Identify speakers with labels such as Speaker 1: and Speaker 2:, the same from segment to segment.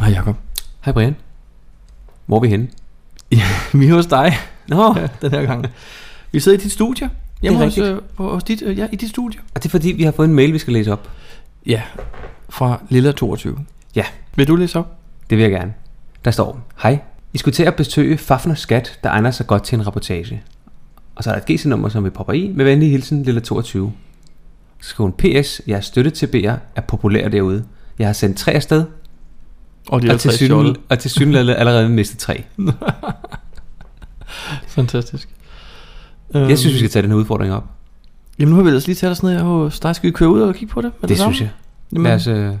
Speaker 1: Hej Jacob.
Speaker 2: Hej Brian. Hvor er vi henne?
Speaker 1: Vi er hos dig
Speaker 2: Nå, ja.
Speaker 1: den her gang. Vi sidder i dit studie. Hjemme hos,
Speaker 2: rigtigt.
Speaker 1: øh, på- hos dit, øh, ja, i dit studie.
Speaker 2: og det er fordi, vi har fået en mail, vi skal læse op.
Speaker 1: Ja, fra Lilla 22.
Speaker 2: Ja.
Speaker 1: Vil du læse op?
Speaker 2: Det vil jeg gerne. Der står, hej, I skulle til at besøge Fafners skat, der egner sig godt til en reportage. Og så er der et GC-nummer, som vi popper i, med venlig hilsen, lille 22. Så skriver hun, PS, jeres støtte til BR er populær derude. Jeg har sendt tre afsted,
Speaker 1: Og det er
Speaker 2: og til,
Speaker 1: altså
Speaker 2: syne,
Speaker 1: syne...
Speaker 2: og til syne allerede mistet tre.
Speaker 1: Fantastisk.
Speaker 2: Jeg synes, vi skal tage den her udfordring op.
Speaker 1: Øhm, Jamen nu har vi ellers lige taget os ned her hos dig. Skal vi køre ud og kigge på det? med
Speaker 2: Det
Speaker 1: samme?
Speaker 2: synes jeg.
Speaker 1: Jamen,
Speaker 2: Lad os, øh,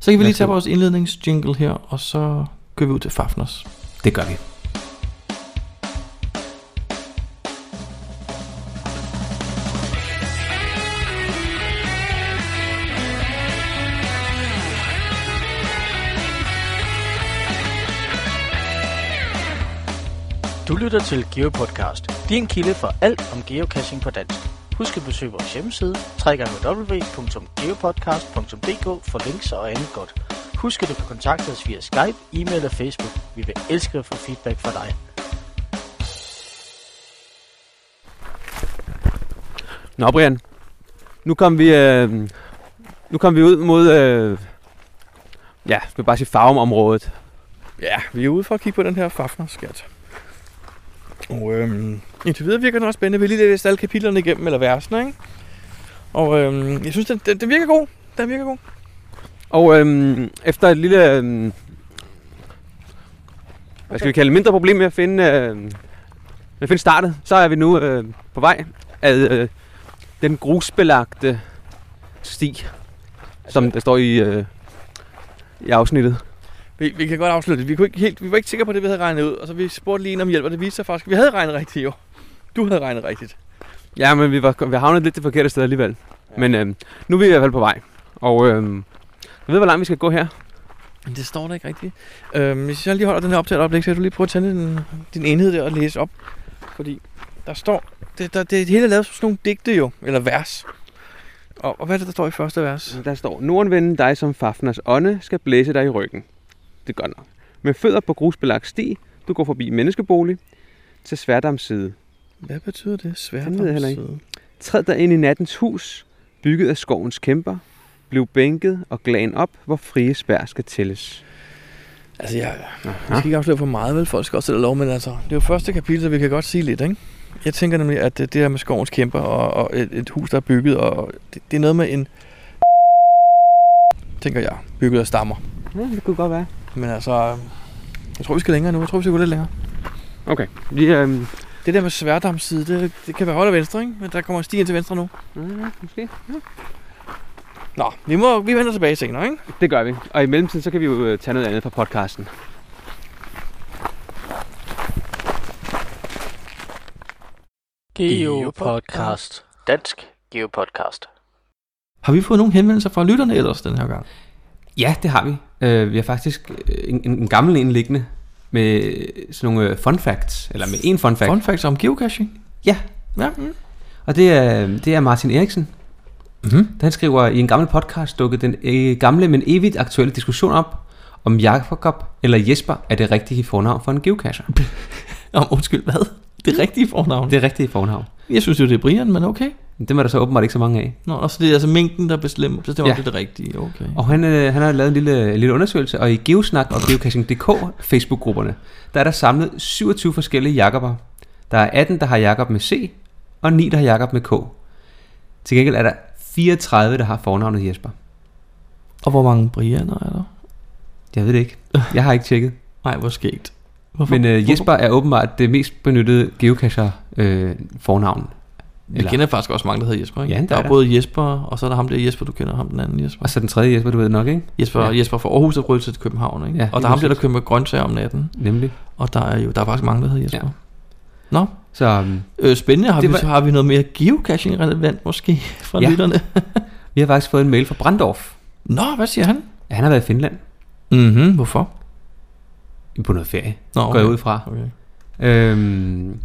Speaker 1: så kan vi
Speaker 2: lad
Speaker 1: lige
Speaker 2: os
Speaker 1: tage
Speaker 2: gå.
Speaker 1: vores indledningsjingle her, og så kører vi ud til Fafners.
Speaker 2: det gør vi.
Speaker 3: Du lytter til GeoPodcast, din kilde for alt om geocaching på dansk. Husk at besøge vores hjemmeside, www.geopodcast.dk for links og andet godt. Husk at du kan kontakte os via Skype, e-mail og Facebook. Vi vil elske at få feedback fra dig.
Speaker 2: Nå, Brian. Nu kom vi, øh, nu kom vi ud mod, øh, ja, jeg vil bare sige farumområdet.
Speaker 1: Ja, vi er ude for at kigge på den her Fafner-skat. Og øhm, indtil videre virker den også spændende. Vi har lige læst alle kapitlerne igennem, eller versene, ikke? Og øhm, jeg synes, den, den, den virker god. Den virker god.
Speaker 2: Og øhm, efter et lille, øhm, hvad skal vi kalde det, mindre problem med at finde, øh, med at finde startet, så er vi nu øh, på vej ad øh, den grusbelagte sti, som der står i, øh, i afsnittet.
Speaker 1: Vi, vi kan godt afslutte det. Vi, kunne ikke helt, vi var ikke sikre på det, vi havde regnet ud. Og så vi spurgte lige en om hjælp, og det viste sig faktisk, at vi havde regnet rigtigt jo. Du havde regnet rigtigt.
Speaker 2: Ja, men vi var vi havnet lidt det forkerte sted alligevel. Ja. Men øhm, nu er vi i hvert fald på vej. Og øhm, jeg ved, hvor langt vi skal gå her.
Speaker 1: Men det står der ikke rigtigt. Øhm, hvis jeg lige holder den her op til et øjeblik, så kan du lige prøve at tænde din, din enhed der og læse op. Fordi der står... Det, der, det hele er lavet som sådan nogle digte jo, eller vers. Og, og hvad er det, der står i første vers?
Speaker 2: Der står, Nordenvinden dig som Fafners ånde skal blæse dig i ryggen. Det er godt nok. Med fødder på grusbelagt sti, du går forbi menneskebolig til Sværdams side.
Speaker 1: Hvad betyder det? Svært
Speaker 2: Den ved jeg heller ikke. Træd dig ind i nattens hus, bygget af skovens kæmper. Bliv bænket og glan op, hvor frie spær skal tælles.
Speaker 1: Altså, jeg, jeg skal ikke afsløre for meget, vel? Folk skal også sætte lov, men altså, det er jo første kapitel, så vi kan godt sige lidt, ikke? Jeg tænker nemlig, at øh, det, det her med skovens kæmper og, og et, et hus, der er bygget, og det, det er noget med en... Tænker jeg, bygget af stammer.
Speaker 2: Ja, det kunne godt være.
Speaker 1: Men altså, jeg tror, vi skal længere nu. Jeg tror, vi skal gå lidt længere.
Speaker 2: Okay. Vi, øhm,
Speaker 1: Det der med Sværdams side, det, det kan være højre og venstre, ikke? Men der kommer en sti ind til venstre nu.
Speaker 2: ja, måske.
Speaker 1: Nå, vi, må, vi vender tilbage senere, ikke?
Speaker 2: Det gør vi. Og i mellemtiden, så kan vi jo øh, tage noget andet fra podcasten.
Speaker 3: GeoPodcast. Dansk GeoPodcast.
Speaker 1: Har vi fået nogle henvendelser fra lytterne ellers den her gang?
Speaker 2: Ja, det har vi. Øh, vi har faktisk øh, en, en, en gammel en liggende med sådan nogle øh, fun facts, eller med en fun fact.
Speaker 1: Fun facts om geocaching?
Speaker 2: Ja,
Speaker 1: Ja. Mm.
Speaker 2: og det er, det er Martin Eriksen.
Speaker 1: Mm-hmm.
Speaker 2: Han skriver, i en gammel podcast dukkede den øh, gamle, men evigt aktuelle diskussion op, om Jakob eller Jesper er det rigtige fornavn for en geocacher.
Speaker 1: Om, undskyld, hvad? Det rigtige fornavn?
Speaker 2: Mm. Det er rigtige fornavn.
Speaker 1: Jeg synes jo, det er Brian, men okay.
Speaker 2: Dem er der så åbenbart ikke så mange af.
Speaker 1: Nå, og så det er altså mængden, der bestemmer, bestemmer
Speaker 2: Ja.
Speaker 1: ja. det, er det rigtige. Okay.
Speaker 2: Og han, øh, han har lavet en lille, en lille undersøgelse, og i Geosnak og Geocaching.dk Facebook-grupperne, der er der samlet 27 forskellige Jakober. Der er 18, der har Jakob med C, og 9, der har Jakob med K. Til gengæld er der 34, der har fornavnet Jesper.
Speaker 1: og hvor mange Brianer er der?
Speaker 2: Jeg ved det ikke. Jeg har ikke tjekket.
Speaker 1: Nej, hvor skægt. Hvorfor?
Speaker 2: Men øh,
Speaker 1: hvorfor-
Speaker 2: Jesper er åbenbart det mest benyttede øh, geocacher-fornavn.
Speaker 1: Vi eller... kender faktisk også mange, der hedder Jesper, ikke?
Speaker 2: Ja, der
Speaker 1: der
Speaker 2: er
Speaker 1: er,
Speaker 2: der.
Speaker 1: både Jesper, og så er der ham der Jesper, du kender ham, den anden Jesper.
Speaker 2: og så den tredje Jesper, du ved nok, ikke?
Speaker 1: Jesper,
Speaker 2: Ja.
Speaker 1: ja. Jesper fra Aarhus er ryddet til København, ikke?
Speaker 2: Ja,
Speaker 1: Ja, og
Speaker 2: lige
Speaker 1: der er ham der, der
Speaker 2: præcis.
Speaker 1: køber grøntsager om natten.
Speaker 2: Nemlig.
Speaker 1: Og der er jo der er faktisk mange, der hedder Jesper.
Speaker 2: Ja.
Speaker 1: Ja. Nå,
Speaker 2: Så øhm,
Speaker 1: øh, spændende. Har
Speaker 2: Det
Speaker 1: vi,
Speaker 2: var-
Speaker 1: så har vi noget mere geocaching-relevant måske fra
Speaker 2: Ja.
Speaker 1: ja. lytterne?
Speaker 2: vi har faktisk fået en mail fra Brandorf.
Speaker 1: Nå, hvad siger han?
Speaker 2: Ja, han har været i Finland
Speaker 1: Mhm, hvorfor?
Speaker 2: på noget ferie,
Speaker 1: Nå,
Speaker 2: okay. går jeg ud fra.
Speaker 1: Okay.
Speaker 2: Øhm,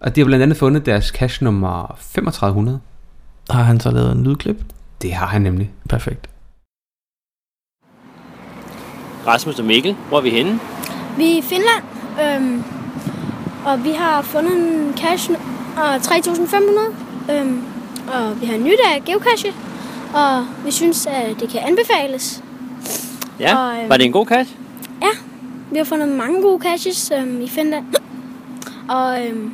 Speaker 2: og de har blandt andet fundet deres cash nummer 3500.
Speaker 1: Har han så lavet en lydklip?
Speaker 2: Det har han nemlig.
Speaker 1: Perfekt.
Speaker 4: Rasmus og Mikkel, hvor er vi henne?
Speaker 5: Vi er i Finland, øhm, og vi har fundet en cache nu- og 3.500, øhm, og vi har nyt af geocache, og vi synes, at det kan anbefales.
Speaker 4: Ja,
Speaker 5: Og, øh,
Speaker 4: var det en god cache?
Speaker 5: Vi har fundet mange gode caches øhm, i Finland, og øhm,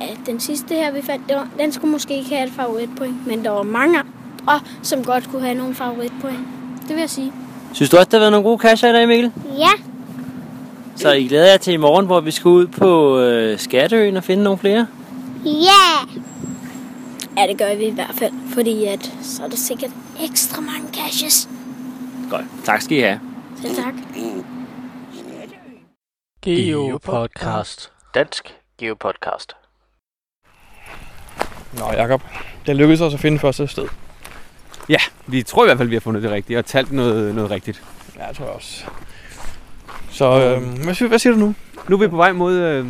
Speaker 5: at den sidste her, vi fandt, det var, den skulle måske ikke have et favoritpoint, men der var mange andre, som godt kunne have nogle favoritpoint. Det vil jeg sige.
Speaker 4: Synes du også, der har været nogle gode cacher i dag, Mikkel?
Speaker 5: Ja,
Speaker 4: Så I glæder jer til i morgen, hvor vi skal ud på øh, Skatteøen og finde nogle flere?
Speaker 5: Ja! Ja, det gør vi i hvert fald, fordi at, så er der sikkert ekstra mange caches.
Speaker 4: Godt. Tak skal I have.
Speaker 5: Selv tak.
Speaker 3: Geo Podcast. Dansk Geo Podcast.
Speaker 1: Nå, Jacob. Det lykkedes os at finde første sted.
Speaker 6: Vi tror i hvert fald, vi har fundet det rigtige og talt noget, noget rigtigt.
Speaker 1: Ja, jeg tror jeg også. Så øh, hvad, siger, hvad siger du nu?
Speaker 6: Nu er vi på vej mod øh,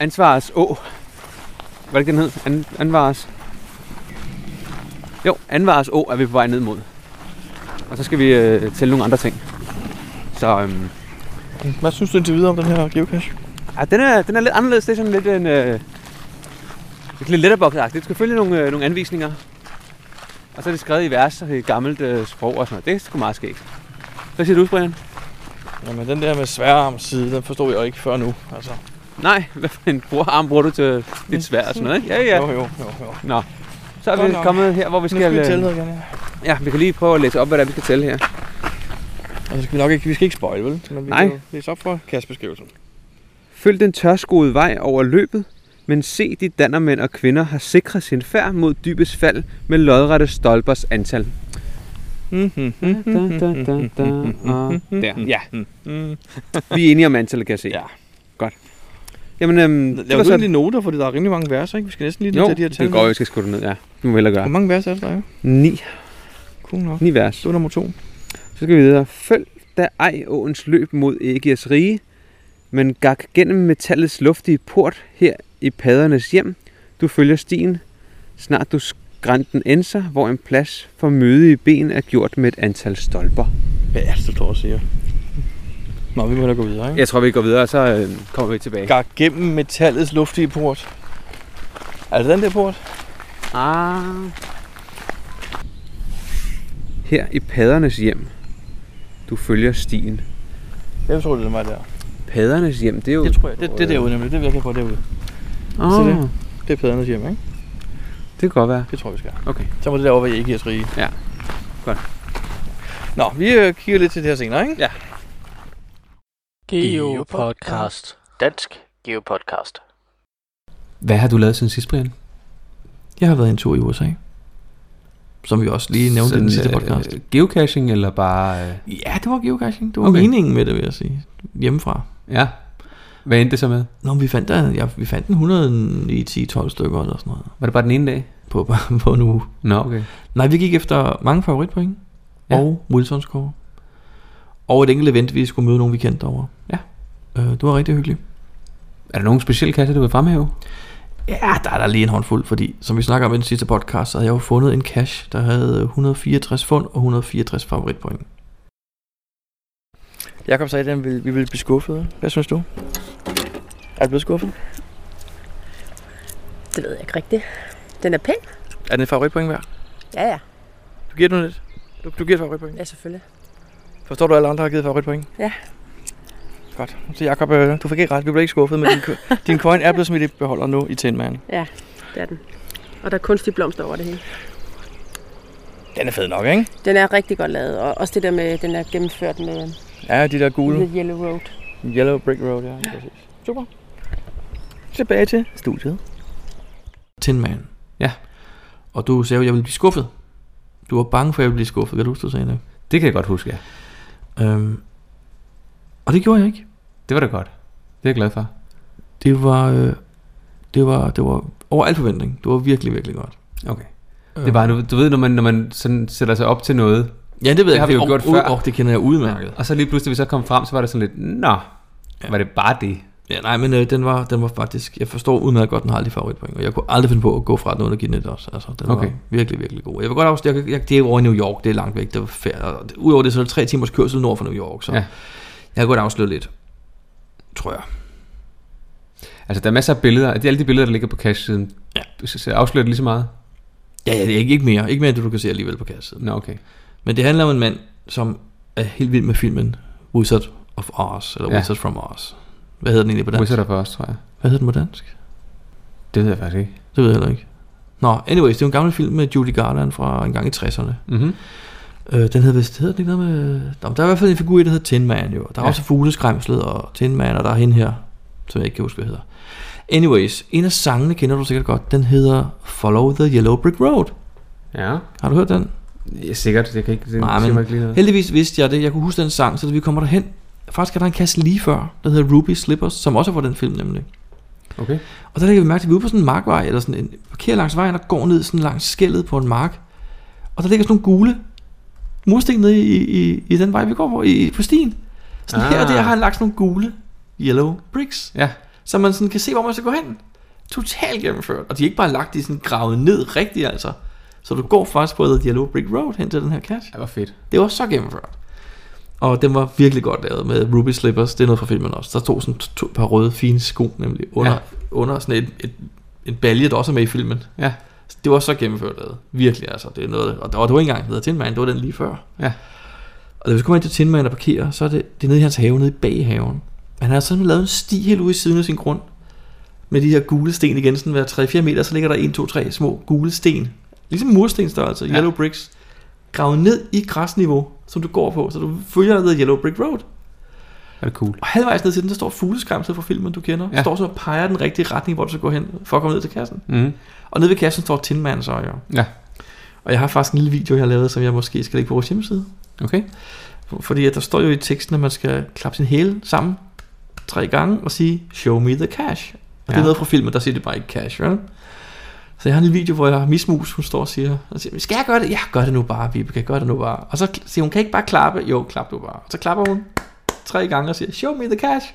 Speaker 6: Ansvars Å. Hvad er det, den hed? An- Anvars? Jo, Anvars Å er vi på vej ned mod. Og så skal vi øh, tælle nogle andre ting. Så øh,
Speaker 1: Hvad synes du indtil videre om den her geocache?
Speaker 6: ah, den, er, den er lidt anderledes. Det er sådan lidt en... Øh, lidt lidt letterbox-agtigt. Du skal følge nogle, øh, nogle anvisninger. Og så er det skrevet i vers og i gammelt øh, sprog og sådan noget. Det er sgu meget skægt. Hvad siger du, Brian?
Speaker 1: Jamen, den der med sværarmside, den forstod jeg jo ikke før nu. Altså,
Speaker 6: Nej, hvad for en brugerarm bruger du til dit svær og sådan noget, ikke? Ja, ja.
Speaker 1: Jo, jo, jo, jo.
Speaker 6: Så er
Speaker 1: Godt
Speaker 6: vi
Speaker 1: nok.
Speaker 6: kommet her, hvor vi
Speaker 1: Nu skal
Speaker 6: skal...
Speaker 1: vi
Speaker 6: øh,
Speaker 1: tælle noget igen, ja.
Speaker 6: Ja, vi kan lige prøve at læse op, hvad der vi skal tælle her.
Speaker 1: Og så Altså, skal vi nok ikke, vi skal ikke spoil, vel? Men vi
Speaker 6: Nej.
Speaker 1: kan jo læse op for kastbeskrivelsen.
Speaker 6: Følg den tørskoede vej over løbet, men se de dannermænd og kvinder har sikret sin færd mod dybest fald med lodrette stolpers antal.
Speaker 1: Mm. Mhm,
Speaker 6: Da, da, da, da,
Speaker 1: mm,
Speaker 6: og der. Ja,
Speaker 1: mhm.
Speaker 6: vi er enige om antallet, kan jeg se.
Speaker 1: Ja.
Speaker 6: Godt. Jamen, øhm, det
Speaker 1: Lav
Speaker 6: var
Speaker 1: du
Speaker 6: så...
Speaker 1: lige noter, fordi der er rimelig mange vers, ikke? Vi skal næsten lige
Speaker 6: Jo,
Speaker 1: tage de her tal. Mm.
Speaker 6: det går jo, jeg skal skrive det ned, ja. Det må vi hellere
Speaker 1: Hvor
Speaker 6: gøre.
Speaker 1: mange vers er det, der er?
Speaker 6: Ni.
Speaker 1: Cool nok.
Speaker 6: Ni vers.
Speaker 1: Det var nummer to.
Speaker 6: Så skal vi videre. Følg da ej åens løb mod Ægirs rige, men gak gennem metallets luftige port her i paddernes hjem. Du følger stien, snart du skrænten enser, hvor en plads for mødige ben er gjort med et antal stolper.
Speaker 1: Hvad er det, du står og siger? Nå, vi må da gå videre, ikke?
Speaker 6: Jeg tror, vi går videre, og så øh, kommer vi tilbage.
Speaker 1: Gar gennem metallets luftige port. Er det den der port?
Speaker 6: Ah. Her i paddernes hjem, du følger stien.
Speaker 1: Jeg tror, det var der.
Speaker 6: Paddernes hjem, det er jo...
Speaker 1: Det tror jeg. Det, det er derude nemlig. Det virker på derude.
Speaker 6: Oh,
Speaker 1: Se
Speaker 6: det.
Speaker 1: Det er Pedernes hjem, ikke?
Speaker 6: det kan godt være.
Speaker 1: Det tror jeg, vi skal.
Speaker 6: Okay.
Speaker 1: Så må det derovre være Egias rige.
Speaker 6: Ja. Godt.
Speaker 1: Nå, vi øh, kigger lidt til det her senere, ikke?
Speaker 3: Geo Podcast. Dansk Geo Podcast.
Speaker 6: Hvad har du lavet siden sidst, Brian?
Speaker 2: Jeg har været en tur i USA. Som vi også lige nævnte i den sidste podcast.
Speaker 6: Øh, geocaching eller bare... Øh,
Speaker 2: Ja, det var geocaching. Det var
Speaker 6: Okay.
Speaker 2: okay. meningen med det, vil jeg sige. Hjemmefra.
Speaker 6: ja. Hvad endte det så med?
Speaker 2: Nå, men vi fandt, der, ja, vi fandt en 100 i 10-12 stykker eller sådan noget.
Speaker 6: Var det bare den ene dag?
Speaker 2: På, på- på en uge.
Speaker 6: Nå, okay.
Speaker 2: Nej, vi gik efter mange favoritpoint.
Speaker 6: Ja.
Speaker 2: Ja. Og Wilsons score. Og et enkelt event, vi skulle møde nogen, vi kendte derovre.
Speaker 6: Ja.
Speaker 2: Øh, det var rigtig hyggeligt.
Speaker 6: Er der nogen specielle kasser, du vil fremhæve?
Speaker 2: Ja, der er der lige en håndfuld, fordi som vi snakker om i den sidste podcast, så havde jeg jo fundet en cash, der havde 164 fund og 164 favoritpoint.
Speaker 1: Jakob sagde, at han ville, vi ville blive skuffet. Hvad synes du? Er du blevet skuffet?
Speaker 7: Det ved jeg ikke rigtigt. Den er pæn.
Speaker 1: Er den et favoritpoint værd?
Speaker 7: Ja, ja.
Speaker 1: Du giver den lidt. Du, du giver et favoritpoint.
Speaker 7: Ja, selvfølgelig.
Speaker 1: Forstår du, at alle andre har givet favoritpoint?
Speaker 7: Ja.
Speaker 1: Godt. Så Jakob, øh, du fik ikke ret. Vi blev ikke skuffet, men din, ko- din coin er blevet smidt i beholder nu i Tinman.
Speaker 7: Det er den. Og der er kunstige blomster over det hele.
Speaker 1: Den er fed nok, ikke?
Speaker 7: Den er rigtig godt lavet. Og også det der med, den er gennemført med
Speaker 1: Ja, de der gule.
Speaker 7: The Yellow Road.
Speaker 1: Yellow Brick Road, ja. Præcis. Super. Tilbage til studiet.
Speaker 2: Tin Man.
Speaker 6: Ja.
Speaker 2: Og du sagde jo, at jeg ville blive skuffet. Du var bange for, at jeg ville blive skuffet. Kan du huske, du sagde det?
Speaker 6: Det kan jeg godt huske, ja.
Speaker 2: Øhm, og det gjorde jeg ikke.
Speaker 6: Det var da godt. Det er jeg glad for.
Speaker 2: Det var, øh, det var, det var over al forventning. Det var virkelig, virkelig godt.
Speaker 6: Okay. Det
Speaker 2: Øh.
Speaker 6: er bare, du, du ved, når man, når man sådan sætter sig op til noget,
Speaker 2: Ja, det ved jeg.
Speaker 6: har vi jo
Speaker 2: fordi-
Speaker 6: gjort
Speaker 2: Åh,
Speaker 6: før.
Speaker 2: åh, det kender jeg udmærket.
Speaker 6: og så lige pludselig, vi så kom frem, så var det sådan lidt, nå, var det bare det?
Speaker 1: Ja, nej, men øh, den, var, den var faktisk... Jeg forstår udmærket godt, den har alle de favoritpoint. Og jeg kunne aldrig finde på at gå fra den uden at give den et også. Altså, den okay.
Speaker 2: Okay.
Speaker 1: var virkelig, virkelig god. Jeg vil godt afsløre, jeg, jeg, det er jo over i New York. Det er langt væk. Det var fair. Og det- Udover det, så er det tre timers kørsel nord for New York. Så
Speaker 2: Ja.
Speaker 1: ja. jeg kan godt afsløre lidt. Tror jeg.
Speaker 2: Altså, der er masser af billeder. Det er alle de billeder, der ligger på cash-siden. Ja. Så så afslører det lige så meget?
Speaker 1: Ja, ja, det er ikke, ikke mere. Ikke mere, end det du kan se alligevel på kassen.
Speaker 2: Nå, okay.
Speaker 1: Men det handler om en mand, som er helt vild med filmen Wizard of Oz. Eller
Speaker 2: Ja.
Speaker 1: ja. Wizard from Oz. Hvad hedder den egentlig på dansk?
Speaker 2: Wizard of Oz, tror jeg.
Speaker 1: Hvad hedder den på dansk?
Speaker 2: Det ved jeg faktisk ikke.
Speaker 1: Det ved jeg heller ikke. Nå, anyways, det er jo en gammel film med Judy Garland fra en gang i 60'erne.
Speaker 2: Mm-hmm.
Speaker 1: Øh, den hedder vist, hedder den ikke noget med... Nå, men der er i hvert fald en figur i, der hedder Tin Man jo. Der er
Speaker 2: Ja.
Speaker 1: ja. også fugleskræmslet og Tin Man, og der er hende her, som jeg ikke kan huske, hvad hedder. Anyways, en af sangene kender du sikkert godt. Den hedder Follow the Yellow Brick Road.
Speaker 2: Ja.
Speaker 1: Har du hørt den?
Speaker 2: ja. sikkert. Jeg kan ikke, det
Speaker 1: Nej,
Speaker 2: siger
Speaker 1: men-
Speaker 2: mig ikke lige noget.
Speaker 1: Heldigvis vidste jeg det. Jeg kunne huske den sang, så da vi kommer derhen. Faktisk er der en kasse lige før, der hedder Ruby Slippers, som også er fra den film nemlig.
Speaker 2: Okay.
Speaker 1: Og der lægger vi mærke til, at vi er ude på sådan en markvej, eller sådan en parkerer langs vejen og går ned sådan langs skældet på en mark. Og der ligger sådan nogle gule mursten nede i, i, i den vej, vi går på, i, på stien. Sådan ah. her og
Speaker 2: Ah.
Speaker 1: der har han lagt sådan nogle gule yellow bricks,
Speaker 2: Ja.
Speaker 1: så man sådan kan se, hvor man skal gå hen. Totalt gennemført. Og de er ikke bare lagt, de er sådan gravet ned rigtigt altså. Så du går faktisk på The Yellow Brick Road hen til den her cash.
Speaker 2: Det var fedt.
Speaker 1: Det var så gennemført. Og den var virkelig godt lavet med Ruby Slippers. Det er noget fra filmen også. Der stod sådan to, to par røde fine sko nemlig under,
Speaker 2: Ja.
Speaker 1: ja. under sådan et, et, en balje, der også er med i filmen.
Speaker 2: Ja.
Speaker 1: Det var så gennemført lavet. Virkelig altså. Det er noget, og der var det var ikke engang, der hedder Tin Man. Det var den lige før.
Speaker 2: Ja.
Speaker 1: Og da vi så kommer ind til Tin Man og parkerer, så er det, det er nede i hans have, nede i baghaven. Han har sådan lavet en sti helt ude i siden af sin grund. Med de her gule sten igen, sådan hver 3-4 meter, så ligger der 1, 2, 3 små gule sten. Ligesom murstenstørrelse,
Speaker 2: Ja.
Speaker 1: ja. yellow bricks gravet ned i græsniveau, som du går på, så du følger ned ad Yellow Brick Road.
Speaker 2: Er det cool?
Speaker 1: Og halvvejs ned til den, der står fugleskræmslet fra filmen, du kender.
Speaker 2: Ja.
Speaker 1: Ja. Står så og peger den rigtige retning, hvor du skal gå hen, for at komme ned til kassen.
Speaker 2: Mm.
Speaker 1: Og nede ved kassen står Tin Man så jo.
Speaker 2: Ja.
Speaker 1: Og jeg har faktisk en lille video, jeg har lavet, som jeg måske skal lægge på vores hjemmeside.
Speaker 2: Okay.
Speaker 1: For- Fordi at der står jo i teksten, at man skal klappe sin hæle sammen tre gange og sige, show me the cash. Og ja. det
Speaker 2: Ja.
Speaker 1: er noget fra filmen, der siger det bare ikke cash, vel? Så jeg har en lille video, hvor jeg har mismus, hun står og siger, og siger, skal jeg gøre det? Ja, gør det nu bare, Vibeke, gør det nu bare. Og så kl- siger hun, kan jeg ikke bare klappe? Jo, klap nu bare. Og så klapper hun tre gange og siger, show me the cash.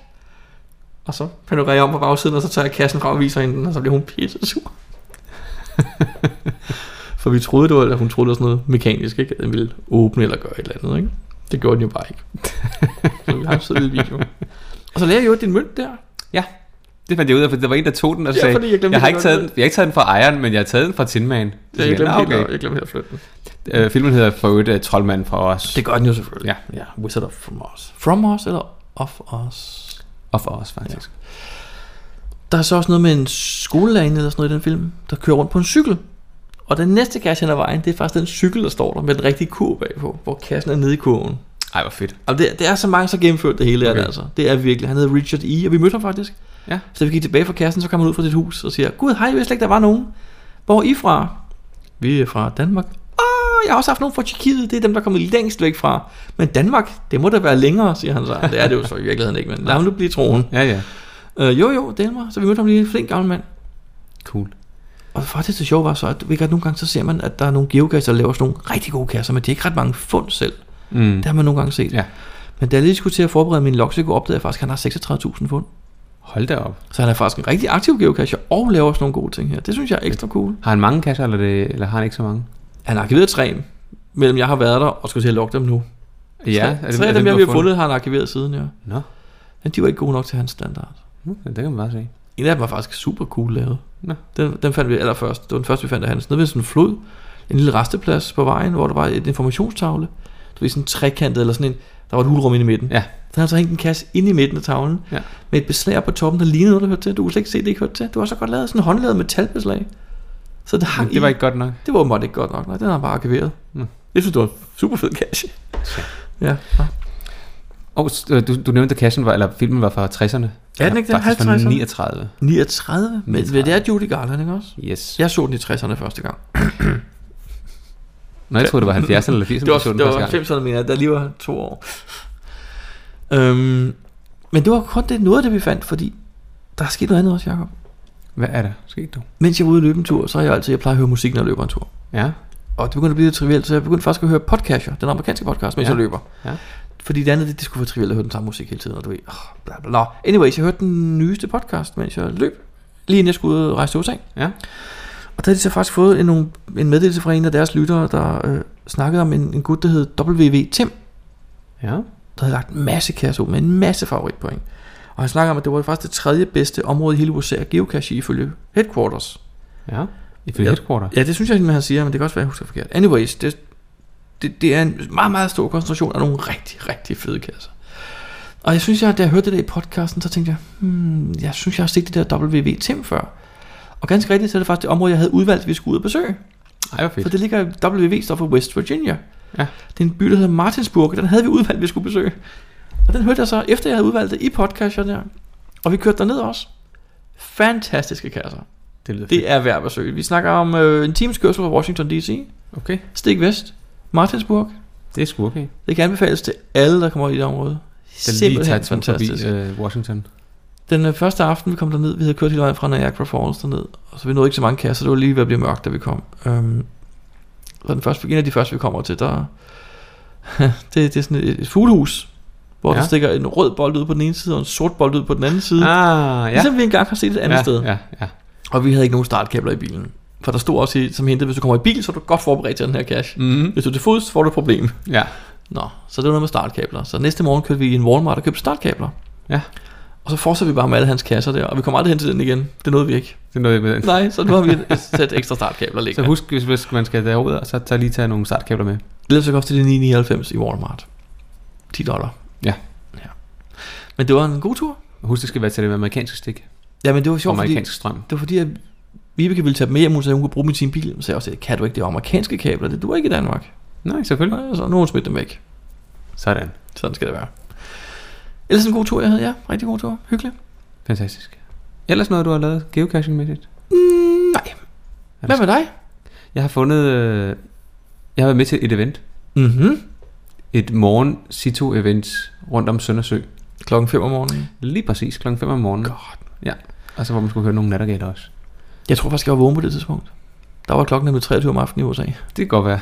Speaker 1: Og så panorerer jeg om på bagsiden, og så tager jeg kassen fra og viser hende, den, og så bliver hun pisse sur. For vi troede, det var, at hun troede, det var sådan noget mekanisk, ikke? At den ville åbne eller gøre et eller andet, ikke? Det gjorde den jo bare ikke. så vi har sådan en lille video. Og så lærer jeg jo din mønt der.
Speaker 2: Det fandt jeg ud af, for der var en, der tog den og
Speaker 1: Ja,
Speaker 2: sagde,
Speaker 1: fordi jeg glemte
Speaker 2: jeg, har
Speaker 1: at
Speaker 2: ikke
Speaker 1: gøre
Speaker 2: taget den,
Speaker 1: det."
Speaker 2: jeg har ikke taget den fra ejeren, men jeg har taget den fra Tin Man. Så
Speaker 1: Jeg
Speaker 2: siger
Speaker 1: glemte,
Speaker 2: "Nå,
Speaker 1: helt, at- jeg glemte helt at flytte den.
Speaker 2: Øh, filmen hedder for øvrigt uh, Troldmand fra os.
Speaker 1: Det gør den jo selvfølgelig.
Speaker 2: Ja.
Speaker 1: ja. Wizard of From Oz. From Oz eller Of Oz?
Speaker 2: Og for os, faktisk.
Speaker 1: Der er så også noget med en skolelærerinde eller sådan noget i den film, der kører rundt på en cykel. Og den næste kasse hen ad vejen, det er faktisk den cykel, der står der med den rigtige kurve bagpå, hvor kassen er nede i kurven.
Speaker 2: Ja. Ej, hvor fedt.
Speaker 1: Og det, det er så mange, så gennemført det hele okay.
Speaker 2: Okay.
Speaker 1: er det altså. Det er virkelig. Han hedder Richard E., og vi mødte ham faktisk.
Speaker 2: Ja.
Speaker 1: Så da vi gik tilbage fra kassen, så kom han ud fra sit hus og siger, Gud, hej, jeg vidste slet ikke, der var nogen. Hvor er I fra? Vi er fra Danmark. Åh, jeg har også haft nogen fra Tjekkiet. Det er dem, der er kommet længst væk fra. Men Danmark, det må da være længere, siger han så. Det er det jo så i virkeligheden ikke, men lad ham nu blive troen.
Speaker 2: Ja, ja.
Speaker 1: Øh, jo, jo, det er mig. Så vi mødte ham lige en flink gammel mand.
Speaker 2: Cool.
Speaker 1: Og faktisk det sjove var så, at du ved godt, nogle gange så ser man, at der er nogle geokasser, der laver sådan nogle rigtig gode kasser, men de er ikke ret mange fund selv.
Speaker 2: Mm.
Speaker 1: Det har man nogle gange set.
Speaker 2: Ja.
Speaker 1: Men da jeg lige skulle til at forberede min Loxico, opdagede jeg faktisk, at han har 36.000 fund.
Speaker 2: Hold da op.
Speaker 1: Så han er faktisk en rigtig aktiv geocacher og laver sådan nogle gode ting her. Det synes jeg er ekstra cool.
Speaker 2: Har han mange kasser, eller, det, eller har han ikke så mange?
Speaker 1: Han har arkiveret tre, mellem jeg har været der og skulle til at logge dem nu. tre,
Speaker 2: er det-
Speaker 1: tre
Speaker 2: er
Speaker 1: af dem,
Speaker 2: du
Speaker 1: jeg
Speaker 2: har
Speaker 1: vi har fundet, har han arkiveret siden, ja.
Speaker 2: Nå,
Speaker 1: Men de var ikke gode nok til hans standard.
Speaker 2: hmm, det kan man bare se.
Speaker 1: En af dem var faktisk super cool lavet.
Speaker 2: Nå.
Speaker 1: Den, den fandt vi allerførst. Det var den første, vi fandt af hans. Nede ved sådan en flod. En lille resteplads på vejen, hvor der var et informationstavle. Du ved, sådan en trekantet eller sådan en... Der var et hulrum inde i midten.
Speaker 2: Ja.
Speaker 1: Der havde han så hængt en kasse ind i midten af tavlen.
Speaker 2: Ja.
Speaker 1: Med et beslag på toppen, der lignede noget, der hørte til. Du kunne slet ikke se, det ikke hørte til. Du har så godt lavet sådan en håndlavet metalbeslag. Så det hang
Speaker 2: Men det var
Speaker 1: i.
Speaker 2: ikke godt nok.
Speaker 1: Det var åbenbart ikke godt nok. Nej, den har han bare arkiveret.
Speaker 2: Nå.
Speaker 1: Jeg synes, det var en super fed kasse. Ja.
Speaker 2: Og oh, du, du nævnte, at kassen var, eller filmen var fra 60'erne.
Speaker 1: Er den ikke den?
Speaker 2: Faktisk fra
Speaker 1: 50'erne?
Speaker 2: 39.
Speaker 1: 39. Men det er Judy Garland, ikke også?
Speaker 2: Yes.
Speaker 1: Jeg så den i 60'erne første gang.
Speaker 2: Nå, jeg troede, det var 70'erne eller 80'erne,
Speaker 1: Det
Speaker 2: du
Speaker 1: var,
Speaker 2: så den
Speaker 1: det
Speaker 2: første
Speaker 1: var
Speaker 2: gang.
Speaker 1: 90'erne, mener jeg, der lige var to år. Øhm, men det var kun det, noget af det, vi fandt, fordi der er sket noget andet også, Jacob.
Speaker 2: Hvad er der sket, du?
Speaker 1: Mens jeg var ude og løbe en tur, så har jeg altid, jeg plejer at høre musik, når jeg løber en tur.
Speaker 2: Ja,
Speaker 1: Og det begyndte at blive lidt trivielt, så jeg begyndte faktisk at høre podcaster, den amerikanske podcast, mens
Speaker 2: Ja.
Speaker 1: ja. jeg løber.
Speaker 2: Ja.
Speaker 1: Fordi det andet, det, det skulle være trivielt at høre den samme musik hele tiden, og du ved, oh, bla bla. Nå, anyways, jeg hørte den nyeste podcast, mens jeg løb, lige inden jeg skulle ud og rejse til USA.
Speaker 2: Ja.
Speaker 1: Og der har de så faktisk fået en, nogle- en meddelelse fra en af deres lyttere, der øh, snakkede om en, en gut, der hed WV Tim,
Speaker 2: Ja.
Speaker 1: der havde lagt en masse kasse med en masse favoritpoint. Og han snakker om, at det var faktisk det tredje bedste område i hele USA at geocache i ifølge Headquarters.
Speaker 2: Ja. Ifølge
Speaker 1: Ja.
Speaker 2: headquarter.
Speaker 1: Ja, det synes jeg simpelthen, han siger, men det kan også være, at jeg husker forkert. Anyways, det, det, det er en meget, meget stor koncentration af nogle rigtig, rigtig fede kasser. Og jeg synes, jeg, da jeg hørte det der i podcasten, så tænkte jeg, hmm, jeg synes, jeg har set det der WW Tim før. Og ganske rigtigt, så er det faktisk det område, jeg havde udvalgt, at vi skulle ud og besøge.
Speaker 2: Ej, hvor fedt.
Speaker 1: For det ligger WV står for West Virginia.
Speaker 2: Ja.
Speaker 1: Det er en by, der hedder Martinsburg, og den havde vi udvalgt, at vi skulle besøge. Og den hørte jeg så, efter jeg havde udvalgt det i podcasten der. Og vi kørte derned også. Fantastiske kasser.
Speaker 2: det lyder fedt.
Speaker 1: Det er værd at besøge. Vi snakker om øh, en times kørsel fra Washington D.C.
Speaker 2: Okay.
Speaker 1: Stik vest. Martinsburg.
Speaker 2: Det er sgu okay.
Speaker 1: Det kan anbefales til alle, der kommer i det område.
Speaker 2: Den lige tager turen forbi øh, Washington.
Speaker 1: Den øh, første aften, vi kom derned, vi havde kørt hele vejen fra Niagara Falls derned, og så vi nåede ikke så mange kasser, det var lige ved at blive mørkt, da vi kom. Øhm, så den første, en af de første, vi kommer til, der... det, det er sådan et, et fuglehus, hvor ja.
Speaker 2: Ja.
Speaker 1: der stikker en rød bold ud på den ene side, og en sort bold ud på den anden side.
Speaker 2: Ah, ja.
Speaker 1: Ligesom vi engang har set et andet
Speaker 2: ja,
Speaker 1: sted.
Speaker 2: Ja, ja.
Speaker 1: Og vi havde ikke nogen startkabler i bilen. For der stod også i, som hentede, hvis du kommer i bil, så er du godt forberedt til den her cash.
Speaker 2: Mm-hmm.
Speaker 1: Hvis du er til fods, får du et problem.
Speaker 2: Ja.
Speaker 1: Nå, så det var noget med startkabler. Så næste morgen kørte vi i en Walmart og købte startkabler.
Speaker 2: Ja.
Speaker 1: Og så fortsatte vi bare med alle hans kasser der, og vi kom aldrig hen til den igen. Det nåede vi ikke.
Speaker 2: Det er noget med den.
Speaker 1: Nej, så nu har vi et- et sæt ekstra startkabler
Speaker 2: Så
Speaker 1: liggende.
Speaker 2: husk, hvis, hvis man skal derud, så tag lige tage nogle startkabler med.
Speaker 1: Det så koste det 9,99 i Walmart. 10 dollar.
Speaker 2: Ja.
Speaker 1: ja. Men det var en god tur.
Speaker 2: Husk, det skal være til det amerikanske stik.
Speaker 1: Ja, men det var
Speaker 2: Og
Speaker 1: sjovt, fordi
Speaker 2: amerikansk strøm.
Speaker 1: det var fordi, at Vibeke ville tage dem med hjem, hun sagde, at hun kunne bruge dem i sin bil. Så sagde jeg også, kan du ikke, det er amerikanske kabler, det duer ikke i Danmark.
Speaker 2: Nej, selvfølgelig.
Speaker 1: Nej, så nu har hun smidt dem væk.
Speaker 2: Sådan.
Speaker 1: Sådan skal det være. Ellers en god tur, jeg havde, ja. Rigtig god tur. Hyggelig.
Speaker 2: Fantastisk. Ellers noget, du har lavet geocaching-mæssigt?
Speaker 1: Mm, nej. Hvad med dig?
Speaker 2: Jeg har fundet... Øh, jeg har været med til et event.
Speaker 1: Mhm.
Speaker 2: Et morgen sito event rundt om Søndersø.
Speaker 1: Klokken 5 om morgenen.
Speaker 2: Lige præcis klokken 5 om morgenen.
Speaker 1: God.
Speaker 2: Ja. Og så hvor man skulle høre nogle nattergater også.
Speaker 1: Jeg tror faktisk, jeg var vågen på det tidspunkt. Der var klokken nemlig 23 om aftenen i USA.
Speaker 2: Det kan godt være.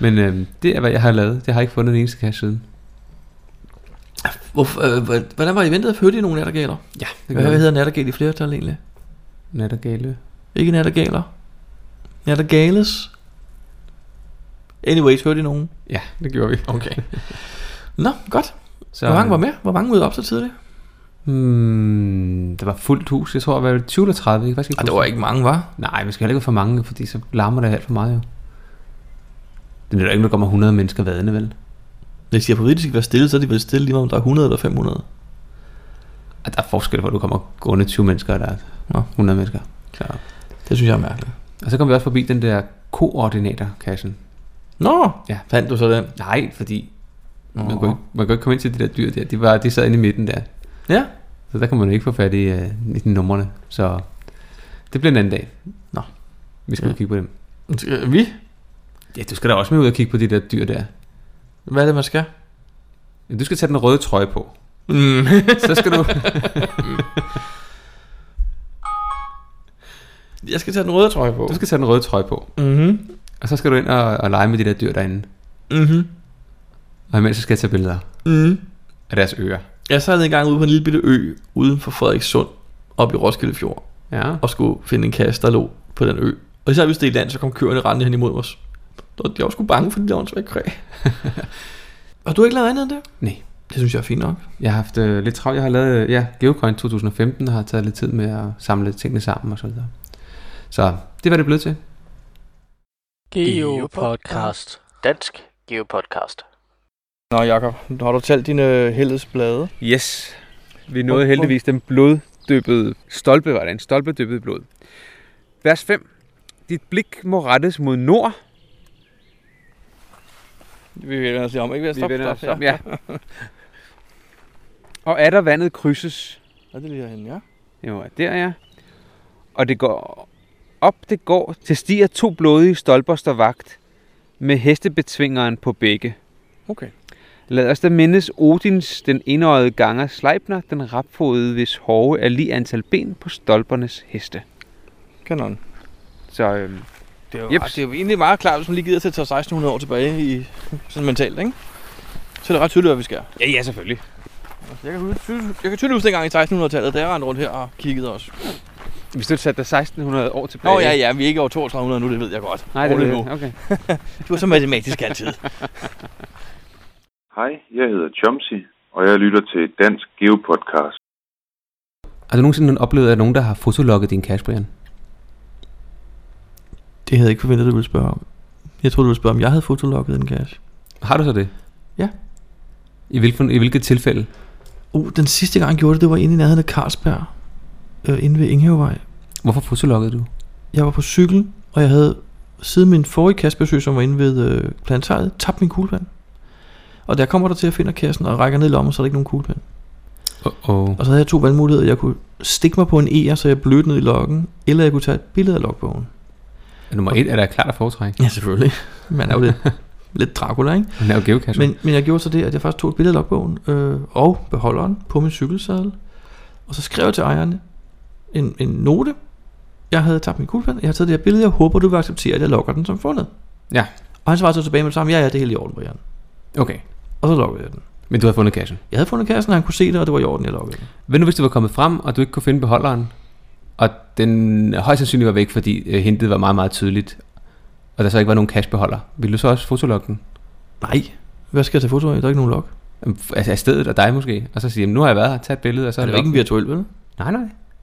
Speaker 2: Men øh, det er, hvad jeg har lavet. Jeg har ikke fundet en eneste cache siden.
Speaker 1: Hvorfor, øh, hva- hvordan var I ventet? Hørte I nogle nattergaler?
Speaker 2: Ja, det
Speaker 1: Hvad,
Speaker 2: gør
Speaker 1: hvad
Speaker 2: jeg.
Speaker 1: hedder nattergal i flertal egentlig?
Speaker 2: Nattergale.
Speaker 1: Ikke nattergaler. Nattergales. Anyways, hørte I nogen?
Speaker 2: Ja, det gjorde vi.
Speaker 1: Okay. Nå, godt.
Speaker 2: Så,
Speaker 1: Hvor mange var med? Hvor mange mødte op så tidligt?
Speaker 2: Hmm, der var fuldt hus. Jeg tror, det var 20 eller 30. Jeg kan faktisk ikke
Speaker 1: Ah, det
Speaker 2: huske
Speaker 1: var ikke mange, var.
Speaker 2: Nej, man skal heller ikke være for mange, fordi så larmer det alt for meget jo. Det er da ikke, når der kommer 100 mennesker vadende, vel?
Speaker 1: Hvis de har på at de skal være stille, så er de vel stille lige meget, om der er 100 eller 500.
Speaker 2: Og der er forskel, hvor du kommer gående 20 mennesker, og der er
Speaker 1: Nå.
Speaker 2: 100 mennesker. Så.
Speaker 1: Det synes jeg er mærkeligt.
Speaker 2: Og så kom vi også forbi den der koordinatorkassen.
Speaker 1: Nå,
Speaker 2: Ja.
Speaker 1: fandt du så den?
Speaker 2: Nej, fordi man
Speaker 1: Nå.
Speaker 2: kunne, ikke, man kunne ikke komme ind til de der dyr der. De, var, de sad inde i midten der.
Speaker 1: Ja.
Speaker 2: Så der kan man ikke få fat i, uh, i de numrene. Så det bliver en anden dag.
Speaker 1: Nå.
Speaker 2: Vi skal ja.
Speaker 1: Ja.
Speaker 2: kigge på dem.
Speaker 1: Skal Vi?
Speaker 2: Ja, du skal da også med ud og kigge på de der dyr der.
Speaker 1: Hvad er det, man skal?
Speaker 2: Men Du skal tage den røde trøje på.
Speaker 1: Mm.
Speaker 2: Så skal du...
Speaker 1: Jeg skal tage den røde trøje på.
Speaker 2: Du skal tage den røde trøje på.
Speaker 1: Mhm.
Speaker 2: Og så skal du ind og, og lege med de der dyr derinde.
Speaker 1: Mhm.
Speaker 2: Og imens så skal jeg tage billeder
Speaker 1: Mhm.
Speaker 2: af deres ører.
Speaker 1: Jeg sad en gang ude på en lille bitte ø uden for Frederikssund op i Roskilde Fjord
Speaker 2: Ja.
Speaker 1: og skulle finde en kasse, der lå på den ø. Og især hvis det er i land, så kom køerne rendende hen imod os. Og jeg var sgu bange for de der åndssvagt kræ. og du har ikke lavet andet end det?
Speaker 2: Nej.
Speaker 1: Det synes jeg er fint nok.
Speaker 2: Jeg har haft øh, lidt travlt. Jeg har lavet øh, ja, Geocoin 2015 og har taget lidt tid med at samle tingene sammen og så videre. Så det var det blevet til.
Speaker 3: Geopodcast. Dansk Geopodcast.
Speaker 8: Nå, Jakob, har du talt dine øh, helvedes blade?
Speaker 2: Yes. Vi
Speaker 8: nåede heldigvis
Speaker 2: den bloddøbede stolpe, var det en stolpedøbet blod. Vers 5. Dit blik må rettes mod nord.
Speaker 8: Vi vender os lige om, ikke? Stop, stop, ja.
Speaker 2: ja. og er der vandet krydses,
Speaker 8: Ja, det er lige herhenne, ja.
Speaker 2: Jo, er der ja. Og det går op, det går, til stiger to blodige stolper står vagt, med hestebetvingeren på begge.
Speaker 8: Okay.
Speaker 2: Lad os da mindes Odins, den enøjede ganger, Sleipner, den rapfodede, hvis hårde er lige antal ben på stolpernes heste.
Speaker 8: Kanon.
Speaker 2: Så øhm,
Speaker 8: Det er, jo,
Speaker 2: Jeps.
Speaker 8: det er jo egentlig meget klart, hvis man lige gider til at tage 1600 år tilbage i sådan mentalt, ikke? så er det ret tydeligt, hvad vi skal.
Speaker 2: Ja, ja, selvfølgelig.
Speaker 8: Jeg kan, huske- tydeligt- jeg kan tydeligt huske dengang i 1600-tallet, da jeg rendte rundt her og kiggede også.
Speaker 2: Hvis du satte dig 1600 år tilbage.
Speaker 8: Nå ja, ja, vi er ikke over 3200 nu, det ved jeg godt.
Speaker 2: Nej, det
Speaker 8: Rolig
Speaker 2: er
Speaker 8: nu.
Speaker 2: Okay.
Speaker 8: Du er så matematisk altid.
Speaker 9: Hej, jeg hedder Chomsy, og jeg lytter til Dansk Geopodcast.
Speaker 2: Har du nogensinde oplevet, at nogen, der har fotologget din cash, Brian?
Speaker 1: Det havde jeg ikke forventet, du ville spørge om. Jeg troede, du ville spørge, om jeg havde fotologget en cache.
Speaker 2: Har du så det?
Speaker 1: Ja.
Speaker 2: I hvilket, i hvilket tilfælde?
Speaker 1: Uh, den sidste gang jeg gjorde det, det var inde i nærheden af Carlsberg. Øh, inde ved Ingehavevej.
Speaker 2: Hvorfor fotologgede du?
Speaker 1: Jeg var på cykel, og jeg havde siden min forrige kastbesøg, som var inde ved øh, planetariet, tabt min kuglepen. Og der kommer der til at finde kassen og rækker ned i lommen, så er der ikke nogen kuglepen.
Speaker 2: Oh, oh.
Speaker 1: Og så havde jeg to valgmuligheder. Jeg kunne stikke mig på en E'er, så jeg blødte ned i lokken, eller jeg kunne tage et billede af logbogen.
Speaker 2: Nummer et er der klart at foretrække.
Speaker 1: Ja, selvfølgelig. Man er jo lidt, lidt Dracula, ikke?
Speaker 2: Man er jo geocacher.
Speaker 1: Men, men jeg gjorde så det, at jeg faktisk tog et billede af logbogen øh, og beholderen på min cykelsadel, og så skrev jeg til ejerne en, en note. Jeg havde tabt min kuglepen, jeg har taget det her billede, jeg håber, du vil acceptere, at jeg logger den som fundet.
Speaker 2: Ja.
Speaker 1: Og han svarede så tilbage med det samme, ja, ja, det er helt i orden, Brian.
Speaker 2: Okay,
Speaker 1: Og så loggede jeg den.
Speaker 2: men du har fundet kassen.
Speaker 1: Jeg havde fundet kassen, og han kunne se det, og det var i orden, jeg loggede den.
Speaker 2: Hvad nu, hvis du var kommet frem, og du ikke kunne finde beholderen? Og den højst sandsynligt var væk, fordi øh, hintet var meget, meget tydeligt. Og der så ikke var nogen cashbeholder. Vil du så også fotologge den?
Speaker 1: Nej, hvad skal jeg tage foto af? Der er ikke nogen log.
Speaker 2: Øhm, f- Altså af stedet og dig måske. Og så sige, "Jamen, nu har jeg været her, tag et billede, og så
Speaker 1: Der er jo
Speaker 2: log
Speaker 1: ikke en
Speaker 2: den."
Speaker 1: virtuel, vel?
Speaker 2: Nej, nej.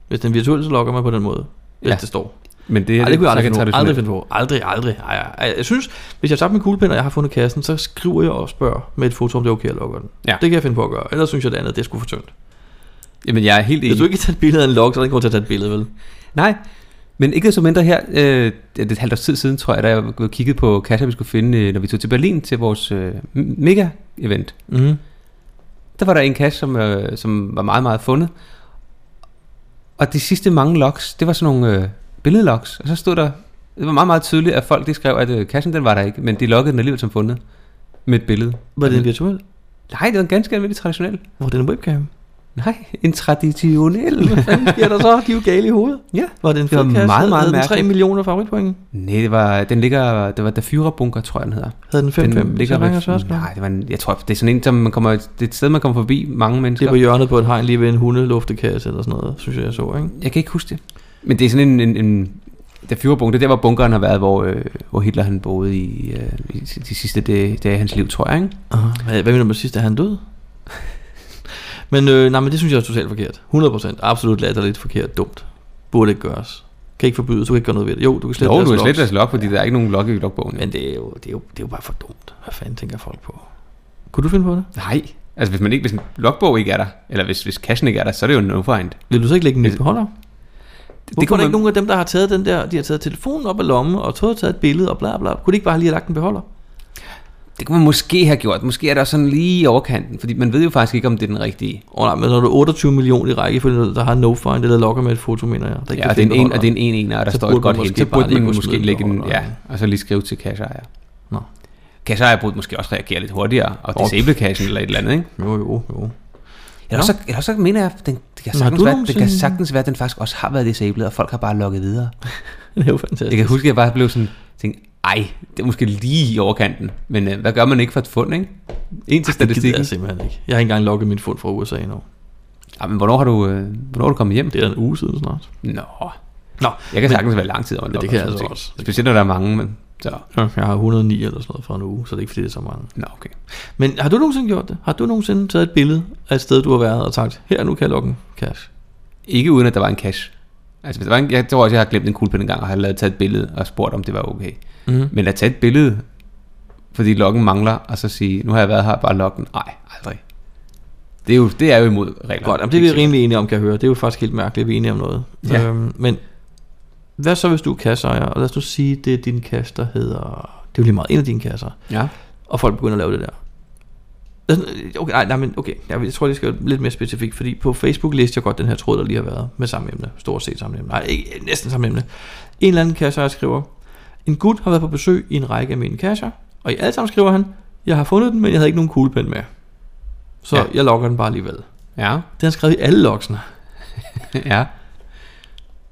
Speaker 1: Hvis den er virtuel, så logger man på den måde. Hvis
Speaker 2: Ja.
Speaker 1: ja. det står.
Speaker 2: Men det,
Speaker 1: Ja,
Speaker 2: er
Speaker 1: Ej, det kunne jeg
Speaker 2: så
Speaker 1: aldrig
Speaker 2: kan
Speaker 1: finde på.
Speaker 2: traditionelt-
Speaker 1: Aldrig finde på. Aldrig, aldrig. Ej, ej, ej. Jeg synes, hvis jeg har tabt min kuglepen, og jeg har fundet kassen, så skriver jeg og spørger med et foto, om det er okay, at lukke den.
Speaker 2: Ja.
Speaker 1: Det kan jeg finde på at gøre. Ellers synes jeg, det andet, det er sgu for tyndt.
Speaker 2: Jamen, jeg er helt
Speaker 1: Hvis
Speaker 2: enig.
Speaker 1: du ikke kan tage et billede af en log, så er der ingen grund til at tage et billede, vel?
Speaker 2: Nej, men ikke så mindre her, øh, det er et halvt års tid siden, tror jeg, da jeg kiggede på kasser, vi skulle finde, øh, når vi tog til Berlin til vores øh, mega-event.
Speaker 1: Mm.
Speaker 2: Der var der en kasse, som, øh, som var meget, meget fundet. Og de sidste mange logs, det var sådan nogle øh, billedlogs. Og så stod der, det var meget, meget tydeligt, at folk de skrev, at øh, kassen den var der ikke, men de loggede den alligevel som fundet med et billede.
Speaker 1: Var det en virtuel?
Speaker 2: Nej, det var en ganske almindelig traditionel.
Speaker 1: Var det en webcam?
Speaker 2: Nej, en traditionel.
Speaker 1: ja, der så, de er jo gale i hovedet.
Speaker 2: ja.
Speaker 1: Var det en
Speaker 2: Det var
Speaker 1: fed kasse?
Speaker 2: meget, meget
Speaker 1: Havde den 3
Speaker 2: mærkeligt.
Speaker 1: millioner favoritpoint?
Speaker 2: Nej, det var, den ligger, det var der Führerbunker, tror jeg, den hedder.
Speaker 1: Havde den 5-5?
Speaker 2: den ligger
Speaker 1: så ringer
Speaker 2: ved,
Speaker 1: Sørensgaard.
Speaker 2: Nej, det var en, jeg tror, det er sådan en, som man kommer, det er et sted, man kommer forbi mange
Speaker 1: Det
Speaker 2: mennesker.
Speaker 1: er på hjørnet på en hegn lige ved en hundeluftekasse eller sådan noget, synes jeg, jeg så, ikke?
Speaker 2: jeg kan ikke huske det. Men det er sådan en, en, en der Führerbunker, det er der, hvor bunkeren har været, hvor, øh, hvor Hitler han boede i, øh, i de sidste dage, dage af hans liv, tror jeg. Ikke?
Speaker 1: Aha. Hvad, hvad mener du med sidst, er han død? men, øh, nej, men det synes jeg er totalt forkert. 100% absolut latterligt forkert. Dumt. Burde ikke gøres. Kan ikke forbydes, du kan ikke gøre noget ved det. Jo, du kan slette
Speaker 2: Jo,
Speaker 1: deres
Speaker 2: du har
Speaker 1: logs,
Speaker 2: slet deres log, fordi der er ikke nogen log i logbogen.
Speaker 1: Men det er, jo, det, er jo, det er jo bare for dumt. Hvad fanden tænker folk på? Kunne du finde på det?
Speaker 2: Nej, altså hvis, man ikke, hvis en logbog ikke er der, eller hvis, hvis kassen ikke er der, så er det jo en overhand.
Speaker 1: Vil du så ikke lægge en
Speaker 2: Altså, Det-
Speaker 1: ny beholder? Det, det
Speaker 2: kunne
Speaker 1: kunne der
Speaker 2: man-
Speaker 1: ikke nogen af dem, der har taget den der, de har taget telefonen op af lommen og taget, taget et billede og bla bla. Kunne de ikke bare lige have lagt en beholder?
Speaker 2: Det kunne man måske have gjort. Måske er det også sådan lige i overkanten, fordi man ved jo faktisk ikke, om det er den rigtige.
Speaker 1: Åh oh, nej, men når du er 28 millioner i rækkefølge, der har no find eller lokker med et foto, mener jeg. Der
Speaker 2: Ja, og det er en, en, og det er en en ener, og der
Speaker 1: Så
Speaker 2: står
Speaker 1: burde
Speaker 2: et godt
Speaker 1: man
Speaker 2: hint.
Speaker 1: måske
Speaker 2: Så
Speaker 1: bare
Speaker 2: burde
Speaker 1: lige
Speaker 2: man
Speaker 1: kunne
Speaker 2: måske
Speaker 1: smide
Speaker 2: lægge
Speaker 1: den
Speaker 2: en,
Speaker 1: over,
Speaker 2: ja,
Speaker 1: eller-
Speaker 2: og så lige skrive til kasseejer.
Speaker 1: Nå.
Speaker 2: Kasseejer burde måske også reagere lidt hurtigere, og
Speaker 1: Åh.
Speaker 2: disable kassen eller et eller andet, ikke?
Speaker 1: Jo, jo, jo.
Speaker 2: Eller også, eller også mener jeg, at den, det, kan
Speaker 1: Men har
Speaker 2: sagtens
Speaker 1: du
Speaker 2: være, det kan
Speaker 1: nogensinde-
Speaker 2: sagtens være, at den faktisk også har været disabled, og folk har bare logget videre.
Speaker 1: Det er jo fantastisk.
Speaker 2: Jeg kan huske, at jeg bare blev sådan, tænkte, ej, det er måske lige i overkanten, men øh, hvad gør man ikke for et fund, ikke?
Speaker 1: Det
Speaker 2: En til
Speaker 1: gider
Speaker 2: statistikken.
Speaker 1: jeg simpelthen ikke. Jeg har ikke engang logget min fund fra USA endnu.
Speaker 2: Ej, men hvornår har du, øh, hvornår er du kommet hjem?
Speaker 1: Det er en uge siden snart.
Speaker 2: Nå,
Speaker 1: Nå,
Speaker 2: jeg kan sagtens være lang tid om
Speaker 1: Men det kan jeg altså også.
Speaker 2: Specielt når der er mange, men så,
Speaker 1: jeg har 109 eller sådan noget for en uge, så det er ikke fordi, det er så mange.
Speaker 2: nå okay.
Speaker 1: Men har du nogensinde gjort det? Har du nogensinde taget et billede af et sted, du har været og sagt, her nu kan jeg logge en cash?
Speaker 2: Ikke uden, at der var en cash. Altså, hvis der var en, jeg tror også, jeg har glemt en kuglepen en gang, og har lavet taget et billede og spurgt, om det var okay.
Speaker 1: Mhm.
Speaker 2: Men at tage et billede, fordi loggen mangler, og så sige, nu har jeg været her, bare loggen. Nej, aldrig. Det er jo, det er jo imod reglerne.
Speaker 1: Godt, jamen, det er vi rimelig enige om, kan jeg høre. Det er jo faktisk helt mærkeligt, at vi er enige om noget.
Speaker 2: Ja.
Speaker 1: Øhm, men hvad så, hvis du er kasseejer? Og lad os nu sige, det er din kasse, der hedder... Det er jo lige meget en af dine kasser.
Speaker 2: Ja.
Speaker 1: Og folk begynder at lave det der. Øh, Okay, nej, nej, men okay. Jeg, jeg tror, det skal være lidt mere specifikt, fordi på Facebook læste jeg godt den her tråd, der lige har været med samme emne. Stort set samme emne. Nej, ikke, øh, næsten samme emne. En eller anden kasser skriver, en gut har været på besøg i en række af mine kasser, og i alle sammen skriver han, jeg har fundet den, men jeg havde ikke nogen kuglepen med. Så
Speaker 2: Ja.
Speaker 1: ja. jeg logger den bare alligevel. Det
Speaker 2: Ja,
Speaker 1: har han skrevet i alle logsene.
Speaker 2: ja.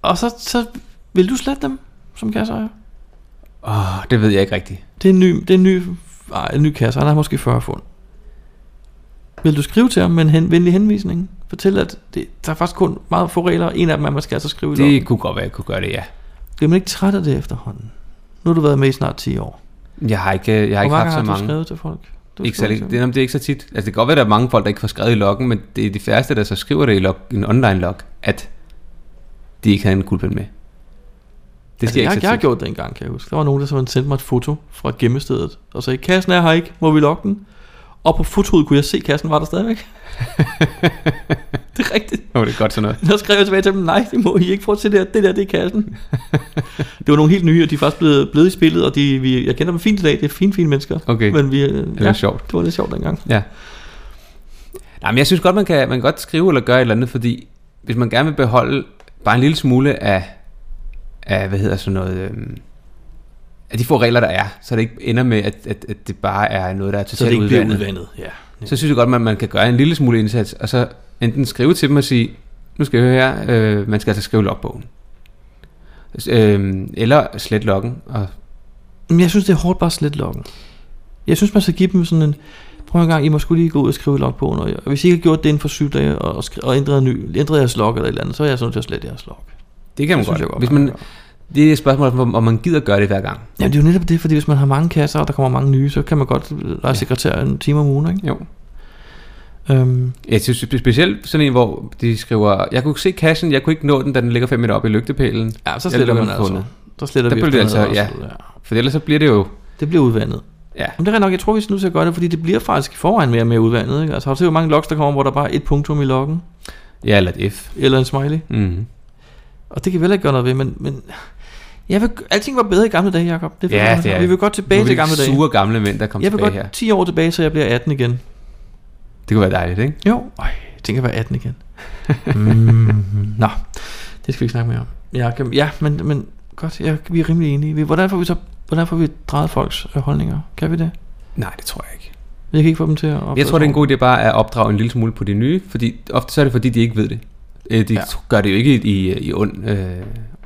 Speaker 1: Og så, så vil du slette dem som kasseejer?
Speaker 2: Åh, det ved jeg ikke rigtigt.
Speaker 1: Det er en ny, det er en ny, ej, en ny kasse, han har måske 40 fund. Vil du skrive til ham med en hen, venlig henvisning? Fortæl, at det, der er faktisk kun meget få regler, og en af dem er, at man skal altså skrive i loggen.
Speaker 2: Det kunne godt være, jeg kunne gøre det, ja.
Speaker 1: Bliver man ikke træt af det efterhånden? Nu har du været med i snart 10 år.
Speaker 2: Jeg har ikke, jeg har ikke
Speaker 1: Hvor mange
Speaker 2: haft så
Speaker 1: har du
Speaker 2: mange.
Speaker 1: skrevet til folk? Du har
Speaker 2: Ikke
Speaker 1: skrevet
Speaker 2: særlig,
Speaker 1: til
Speaker 2: det,
Speaker 1: dem.
Speaker 2: jamen, det er ikke så tit. Altså, det kan godt være, at der er mange folk, der ikke får skrevet i loggen, men det er de færreste, der så skriver det i log, en online log, at de ikke havde en kuglepen med. Det
Speaker 1: altså,
Speaker 2: sker
Speaker 1: jeg,
Speaker 2: ikke så
Speaker 1: jeg har
Speaker 2: tit.
Speaker 1: gjort det engang, kan jeg huske. Der var nogen, der simpelthen sendte mig et foto fra gemmestedet, og sagde, kassen er her ikke, må vi logge den? Og på fotoet kunne jeg se, at kassen var der stadigvæk. det er rigtigt.
Speaker 2: Åh, det er godt sådan noget.
Speaker 1: Der skrev jeg tilbage til dem, nej, det må I ikke. Prøv at se der, det der, det er kassen. det var nogle helt nye, og de er faktisk blevet, blevet i spillet, og de, vi, jeg kender dem fint i dag. Det er fine, fine mennesker.
Speaker 2: Okay.
Speaker 1: Men vi, øh,
Speaker 2: Det er ja. sjovt.
Speaker 1: det var lidt sjovt dengang.
Speaker 2: Ja. Nej, men jeg synes godt, man kan, man kan godt skrive eller gøre et eller andet, fordi hvis man gerne vil beholde bare en lille smule af, af hvad hedder sådan noget, øhm, af de få regler, der er, så det ikke ender med, at, at, at det bare er noget, der er
Speaker 1: Så
Speaker 2: totalt
Speaker 1: det ikke bliver
Speaker 2: udvandet.
Speaker 1: udvandet. Ja.
Speaker 2: Så synes jeg godt, man, man kan gøre en lille smule indsats, og så enten skrive til dem og sige, nu skal jeg høre her, øh, man skal altså skrive logbogen. S- Øh, eller slet loggen. Og,
Speaker 1: Men jeg synes, det er hårdt bare at slette loggen. Jeg synes, man skal give dem sådan en... Prøv en gang, I må skulle lige gå ud og skrive i logbogen. Og og hvis I ikke har gjort det inden for syv dage og, og, skri- og ændret, en ny, ændret jeres log eller et eller andet, så er jeg sådan nødt til at slette jeres log.
Speaker 2: det kan man
Speaker 1: Det synes
Speaker 2: godt.
Speaker 1: jeg godt,
Speaker 2: Hvis
Speaker 1: man
Speaker 2: man,
Speaker 1: kan
Speaker 2: det er et spørgsmål, om om man gider gøre det hver gang.
Speaker 1: Ja, det er jo netop det, fordi hvis man har mange kasser, og der kommer mange nye, så kan man godt lege sekretær en time om ugen, ikke?
Speaker 2: Jo.
Speaker 1: Øhm,
Speaker 2: Jeg synes spe- specielt sådan en, hvor de skriver, jeg kunne se kassen, jeg kunne ikke nå den, da den ligger 5 meter op i lygtepælen.
Speaker 1: ja, så
Speaker 2: Jeg
Speaker 1: sletter
Speaker 2: lukker
Speaker 1: man
Speaker 2: den
Speaker 1: altså.
Speaker 2: fundet.
Speaker 1: Der sletter
Speaker 2: Der
Speaker 1: vi
Speaker 2: blev det
Speaker 1: efternede
Speaker 2: altså-
Speaker 1: også, ja.
Speaker 2: For ellers så bliver det jo...
Speaker 1: Det bliver udvandet.
Speaker 2: Ja.
Speaker 1: Men det er rigtig nok, jeg tror, vi er nødt til at gøre det, fordi det bliver faktisk i forvejen mere og mere udvandet. Ikke? Altså har du set, hvor mange logs, der kommer, hvor der bare er et punktum i loggen,
Speaker 2: Ja, eller et F.
Speaker 1: eller en smiley?
Speaker 2: Mm-hmm.
Speaker 1: Og det kan vi heller ikke gøre noget ved, men, men jeg vil, alting var bedre i gamle dage, Jacob. Det
Speaker 2: Ja,
Speaker 1: forstår jeg.
Speaker 2: det er-
Speaker 1: Vi vil godt tilbage til gamle dage.
Speaker 2: sure gamle mænd, der kom
Speaker 1: Jeg vil
Speaker 2: tilbage
Speaker 1: godt
Speaker 2: her.
Speaker 1: 10 år tilbage, så jeg bliver 18 igen.
Speaker 2: Det kunne være dejligt, ikke?
Speaker 1: Jo, Øj, jeg tænker at være 18 igen. mm, nå, det skal vi ikke snakke mere om. Jeg kan, ja, men, men godt, jeg, vi er rimelig enige. Vi- Hvordan får vi så hvordan får vi drejet folks øh, holdninger? Kan vi det?
Speaker 2: Nej, det tror jeg ikke.
Speaker 1: Jeg kan ikke få dem til at opføre
Speaker 2: Jeg tror, det er
Speaker 1: sig
Speaker 2: en god idé bare at opdrage en lille smule på de nye, fordi ofte så er det, fordi de ikke ved det. Øh, De ja.
Speaker 1: Ja.
Speaker 2: gør det jo ikke i, i ond, øh,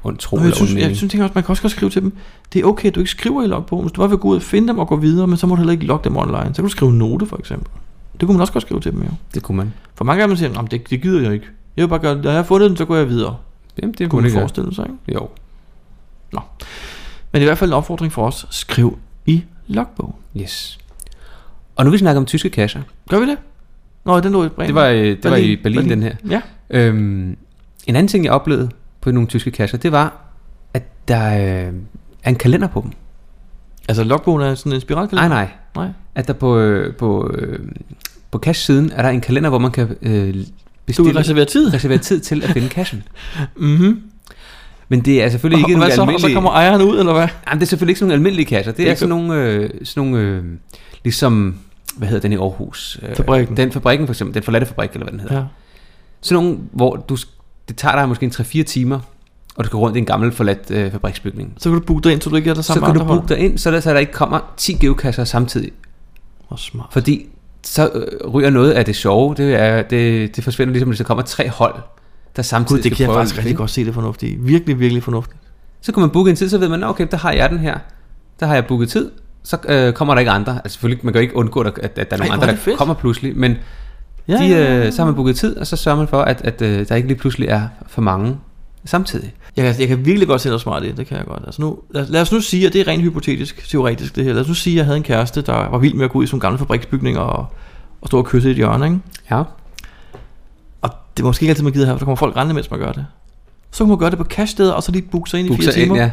Speaker 2: ond tro
Speaker 1: Nå,
Speaker 2: eller
Speaker 1: jeg synes,
Speaker 2: ond
Speaker 1: jeg
Speaker 2: mening.
Speaker 1: synes tænker også, man kan også godt skrive til dem, det er okay, at du ikke skriver i logbogen. Hvis du bare vil gå ud og finde dem og gå videre, men så må du heller ikke logge dem online. Så kan du skrive en note, for eksempel. Det kunne man også godt skrive til dem, jo.
Speaker 2: Det kunne man.
Speaker 1: For mange gange siger, man, det, det gider jeg ikke. Jeg vil bare gøre, når jeg har fundet den, så går jeg videre.
Speaker 2: Jamen,
Speaker 1: Kunne
Speaker 2: det kunne
Speaker 1: man
Speaker 2: man ikke.
Speaker 1: forestille sig, ikke?
Speaker 2: Jo.
Speaker 1: Men i hvert fald en opfordring for os, skriv i logbog.
Speaker 2: Yes. Og nu vi snakker om tyske kasser.
Speaker 1: Gør vi det? Nå, den lå i Bremen.
Speaker 2: Det var, øh, det var i Berlin, Berlin, den her.
Speaker 1: Ja.
Speaker 2: Øhm, en anden ting, jeg oplevede på nogle tyske kasser, det var, at der øh, er en kalender på dem.
Speaker 1: Altså logbogen er sådan en spiralkalender?
Speaker 2: Nej, nej.
Speaker 1: Nej.
Speaker 2: At der på, øh, på, øh, på cash-siden er der en kalender, hvor man kan øh,
Speaker 1: Du vil
Speaker 2: bestille,
Speaker 1: reservere tid. Mhm.
Speaker 2: reservere tid til at finde cashen.
Speaker 1: Mm-hmm.
Speaker 2: Men det er selvfølgelig ikke
Speaker 1: Ikke
Speaker 2: nogle
Speaker 1: hvad så? Og så
Speaker 2: almindelige...
Speaker 1: kommer ejeren ud, eller hvad?
Speaker 2: Jamen, det er selvfølgelig ikke sådan nogle almindelige kasser. Det,
Speaker 1: Det
Speaker 2: det er
Speaker 1: er
Speaker 2: sådan nogle, øh, sådan nogle øh, ligesom, hvad hedder den i Aarhus? Øh,
Speaker 1: Fabrikken.
Speaker 2: Den fabrikken for eksempel, den forladte fabrik, eller hvad den hedder.
Speaker 1: Ja.
Speaker 2: Sådan nogle, hvor du, sk- det tager dig måske en 3-4 timer, og du skal rundt i en gammel forladt øh, fabriksbygning.
Speaker 1: Så kan du booke dig ind, så du ikke er der
Speaker 2: så
Speaker 1: sammen
Speaker 2: kan
Speaker 1: med
Speaker 2: du
Speaker 1: andre
Speaker 2: booke dig ind, så der, så der ikke kommer 10 geokasser samtidig.
Speaker 1: hold. Hvor smart.
Speaker 2: Fordi så øh, ryger noget af det sjove, det, er, det, det forsvinder ligesom, hvis der kommer tre hold, der samtidig
Speaker 1: Gud, det
Speaker 2: skal
Speaker 1: kan jeg
Speaker 2: prøve
Speaker 1: faktisk
Speaker 2: at
Speaker 1: rigtig
Speaker 2: vinde.
Speaker 1: godt se det fornuftige. Virkelig, virkelig fornuftigt.
Speaker 2: Så kan man booke en tid, så ved man, "Nå, okay, der har jeg den her. Der har jeg booket tid, så øh, kommer der ikke andre. Altså selvfølgelig, man kan jo ikke undgå, at, at, at der er
Speaker 1: Ej,
Speaker 2: nogle
Speaker 1: hvor
Speaker 2: andre,
Speaker 1: er
Speaker 2: der
Speaker 1: det fedt.
Speaker 2: kommer pludselig. Men
Speaker 1: Ja,
Speaker 2: de,
Speaker 1: ja, ja, ja.
Speaker 2: øh, så har man booket tid, og så sørger man for, at, at øh, der ikke lige pludselig er for mange samtidig.
Speaker 1: Jeg kan, jeg kan virkelig godt se noget smart i det, det kan jeg godt. Altså nu, lad, os- lad os nu sige, at det er rent hypotetisk, teoretisk det her. Lad os nu sige, at jeg havde en kæreste, der var vild med at gå ud i sådan nogle gamle fabriksbygninger og, og stå og kysse i et hjørne, ikke?
Speaker 2: Ja,
Speaker 1: Og det er måske ikke altid, man gider her, for der kommer folk rendende, mens man gør det. Så kan man gøre det på cashsteder, og så lige booke sig ind i
Speaker 2: booke
Speaker 1: fire
Speaker 2: sig ind,
Speaker 1: timer.
Speaker 2: ja.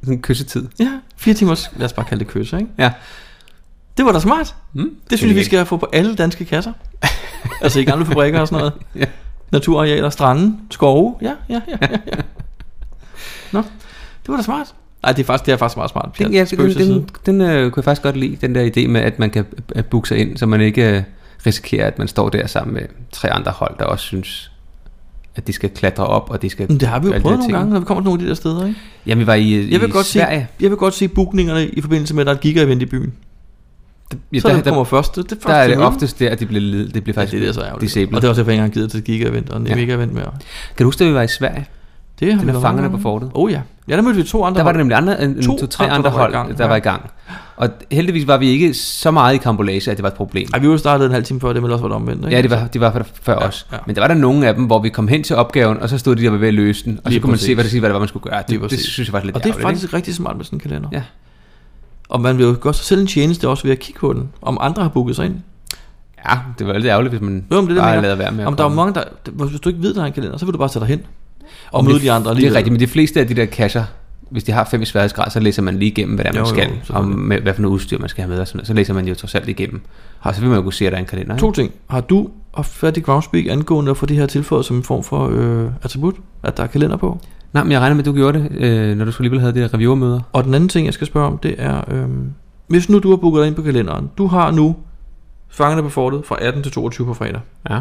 Speaker 2: Sådan en kyssetid.
Speaker 1: ja. fire timer, lad os bare kalde det kysse, ikke?
Speaker 2: Ja.
Speaker 1: Det var da smart.
Speaker 2: Mm,
Speaker 1: Det synes jeg, vi skal få på alle danske kasser. altså i gamle fabrikker og sådan noget.
Speaker 2: Ja.
Speaker 1: Naturarealer, strande, skove. Ja, ja, ja, ja. ja. Nå, det var da smart. Nej, det er faktisk, det er altså faktisk meget smart.
Speaker 2: Den,
Speaker 1: Pjat.
Speaker 2: ja,
Speaker 1: Spøg til
Speaker 2: den,
Speaker 1: side.
Speaker 2: den, den øh, kunne jeg faktisk godt lide, den der idé med, at man kan øh, booke sig ind, så man ikke øh, risikerer, at man står der sammen med tre andre hold, der også synes, at de skal klatre op, og de skal...
Speaker 1: Men det har vi jo
Speaker 2: alle de
Speaker 1: prøvet
Speaker 2: her
Speaker 1: nogle
Speaker 2: ting.
Speaker 1: gange, når vi kommer til nogle af de der steder, ikke?
Speaker 2: Jamen, vi var i, øh,
Speaker 1: Jeg vil,
Speaker 2: i
Speaker 1: godt se,
Speaker 2: Sverige.
Speaker 1: jeg vil godt se bookningerne i forbindelse med, at der er et giga-event i byen.
Speaker 2: Ja,
Speaker 1: så
Speaker 2: der,
Speaker 1: der,
Speaker 2: der,
Speaker 1: kommer først, det, det
Speaker 2: der, er det
Speaker 1: mølle.
Speaker 2: oftest der, at de bliver, led- det bliver
Speaker 1: Ja,
Speaker 2: faktisk
Speaker 1: det er det, så er
Speaker 2: disablet.
Speaker 1: Og det er også derfor, jeg ikke engang gider til et giga-event og en
Speaker 2: Ja.
Speaker 1: mega-event mere.
Speaker 2: Kan du huske, at vi var i Sverige?
Speaker 1: Det har
Speaker 2: Det
Speaker 1: vi
Speaker 2: med
Speaker 1: været
Speaker 2: fangerne
Speaker 1: om.
Speaker 2: på fortet.
Speaker 1: Oh ja. Ja, der mødte vi to andre
Speaker 2: Der var der
Speaker 1: hold.
Speaker 2: nemlig andre, en,
Speaker 1: To
Speaker 2: to, tre
Speaker 1: andre,
Speaker 2: andre hold, der var, i gang.
Speaker 1: Ja.
Speaker 2: Og heldigvis var vi ikke så meget i kampolage, at det var et problem.
Speaker 1: Ej, vi var jo startet en halv time før, det men også var det omvendt, ikke?
Speaker 2: Ja, det var, de var før ja, os.
Speaker 1: ja.
Speaker 2: Ja. Men der var der nogle af dem, hvor vi kom hen til opgaven, og så stod de der og var ved at løse den. Og
Speaker 1: Lige
Speaker 2: så kunne man
Speaker 1: præcis.
Speaker 2: se, hvad, det, sige, hvad det var, man skulle gøre.
Speaker 1: Lige
Speaker 2: Det, det,
Speaker 1: præcis.
Speaker 2: synes jeg var lidt
Speaker 1: Og det er
Speaker 2: ærgerligt,
Speaker 1: faktisk rigtig smart med sådan en kalender.
Speaker 2: Ja.
Speaker 1: Og man vil jo gøre sig selv en tjeneste også ved at kigge på den, om andre har booket sig ind.
Speaker 2: ikke? Ja, det var lidt ærgerligt, hvis man
Speaker 1: Nå, men det er det, jeg
Speaker 2: bare
Speaker 1: mener.
Speaker 2: lader være med at
Speaker 1: Om der er jo
Speaker 2: komme.
Speaker 1: mange, der, hvis du ikke ved, der er en kalender, så vil du bare sætte dig hen og
Speaker 2: Men
Speaker 1: møde
Speaker 2: det-
Speaker 1: de andre
Speaker 2: Det
Speaker 1: alligevel.
Speaker 2: er rigtigt, men de fleste af de der kasser, hvis de har fem i sværhedsgrad, så læser man lige igennem, hvad der
Speaker 1: Jo,
Speaker 2: man
Speaker 1: jo,
Speaker 2: skal, og
Speaker 1: selvfølgelig.
Speaker 2: med, hvad for noget udstyr man skal have med, og sådan noget. så læser man jo trods alt igennem. Og så vil man jo kunne se, at der er en kalender. Ikke?
Speaker 1: To ting. Har du og færdig Groundspeak angående at få det her tilføjet som en form for øh, attribut, at der er kalender på?
Speaker 2: Nej, men jeg regner med, at du gjorde det, øh, når du skulle alligevel havde de der reviewermøder.
Speaker 1: Og den anden ting, jeg skal spørge om, det er, øh, hvis nu du har booket dig ind på kalenderen, du har nu fangerne på fortet fra 18 til 22 på fredag.
Speaker 2: Ja.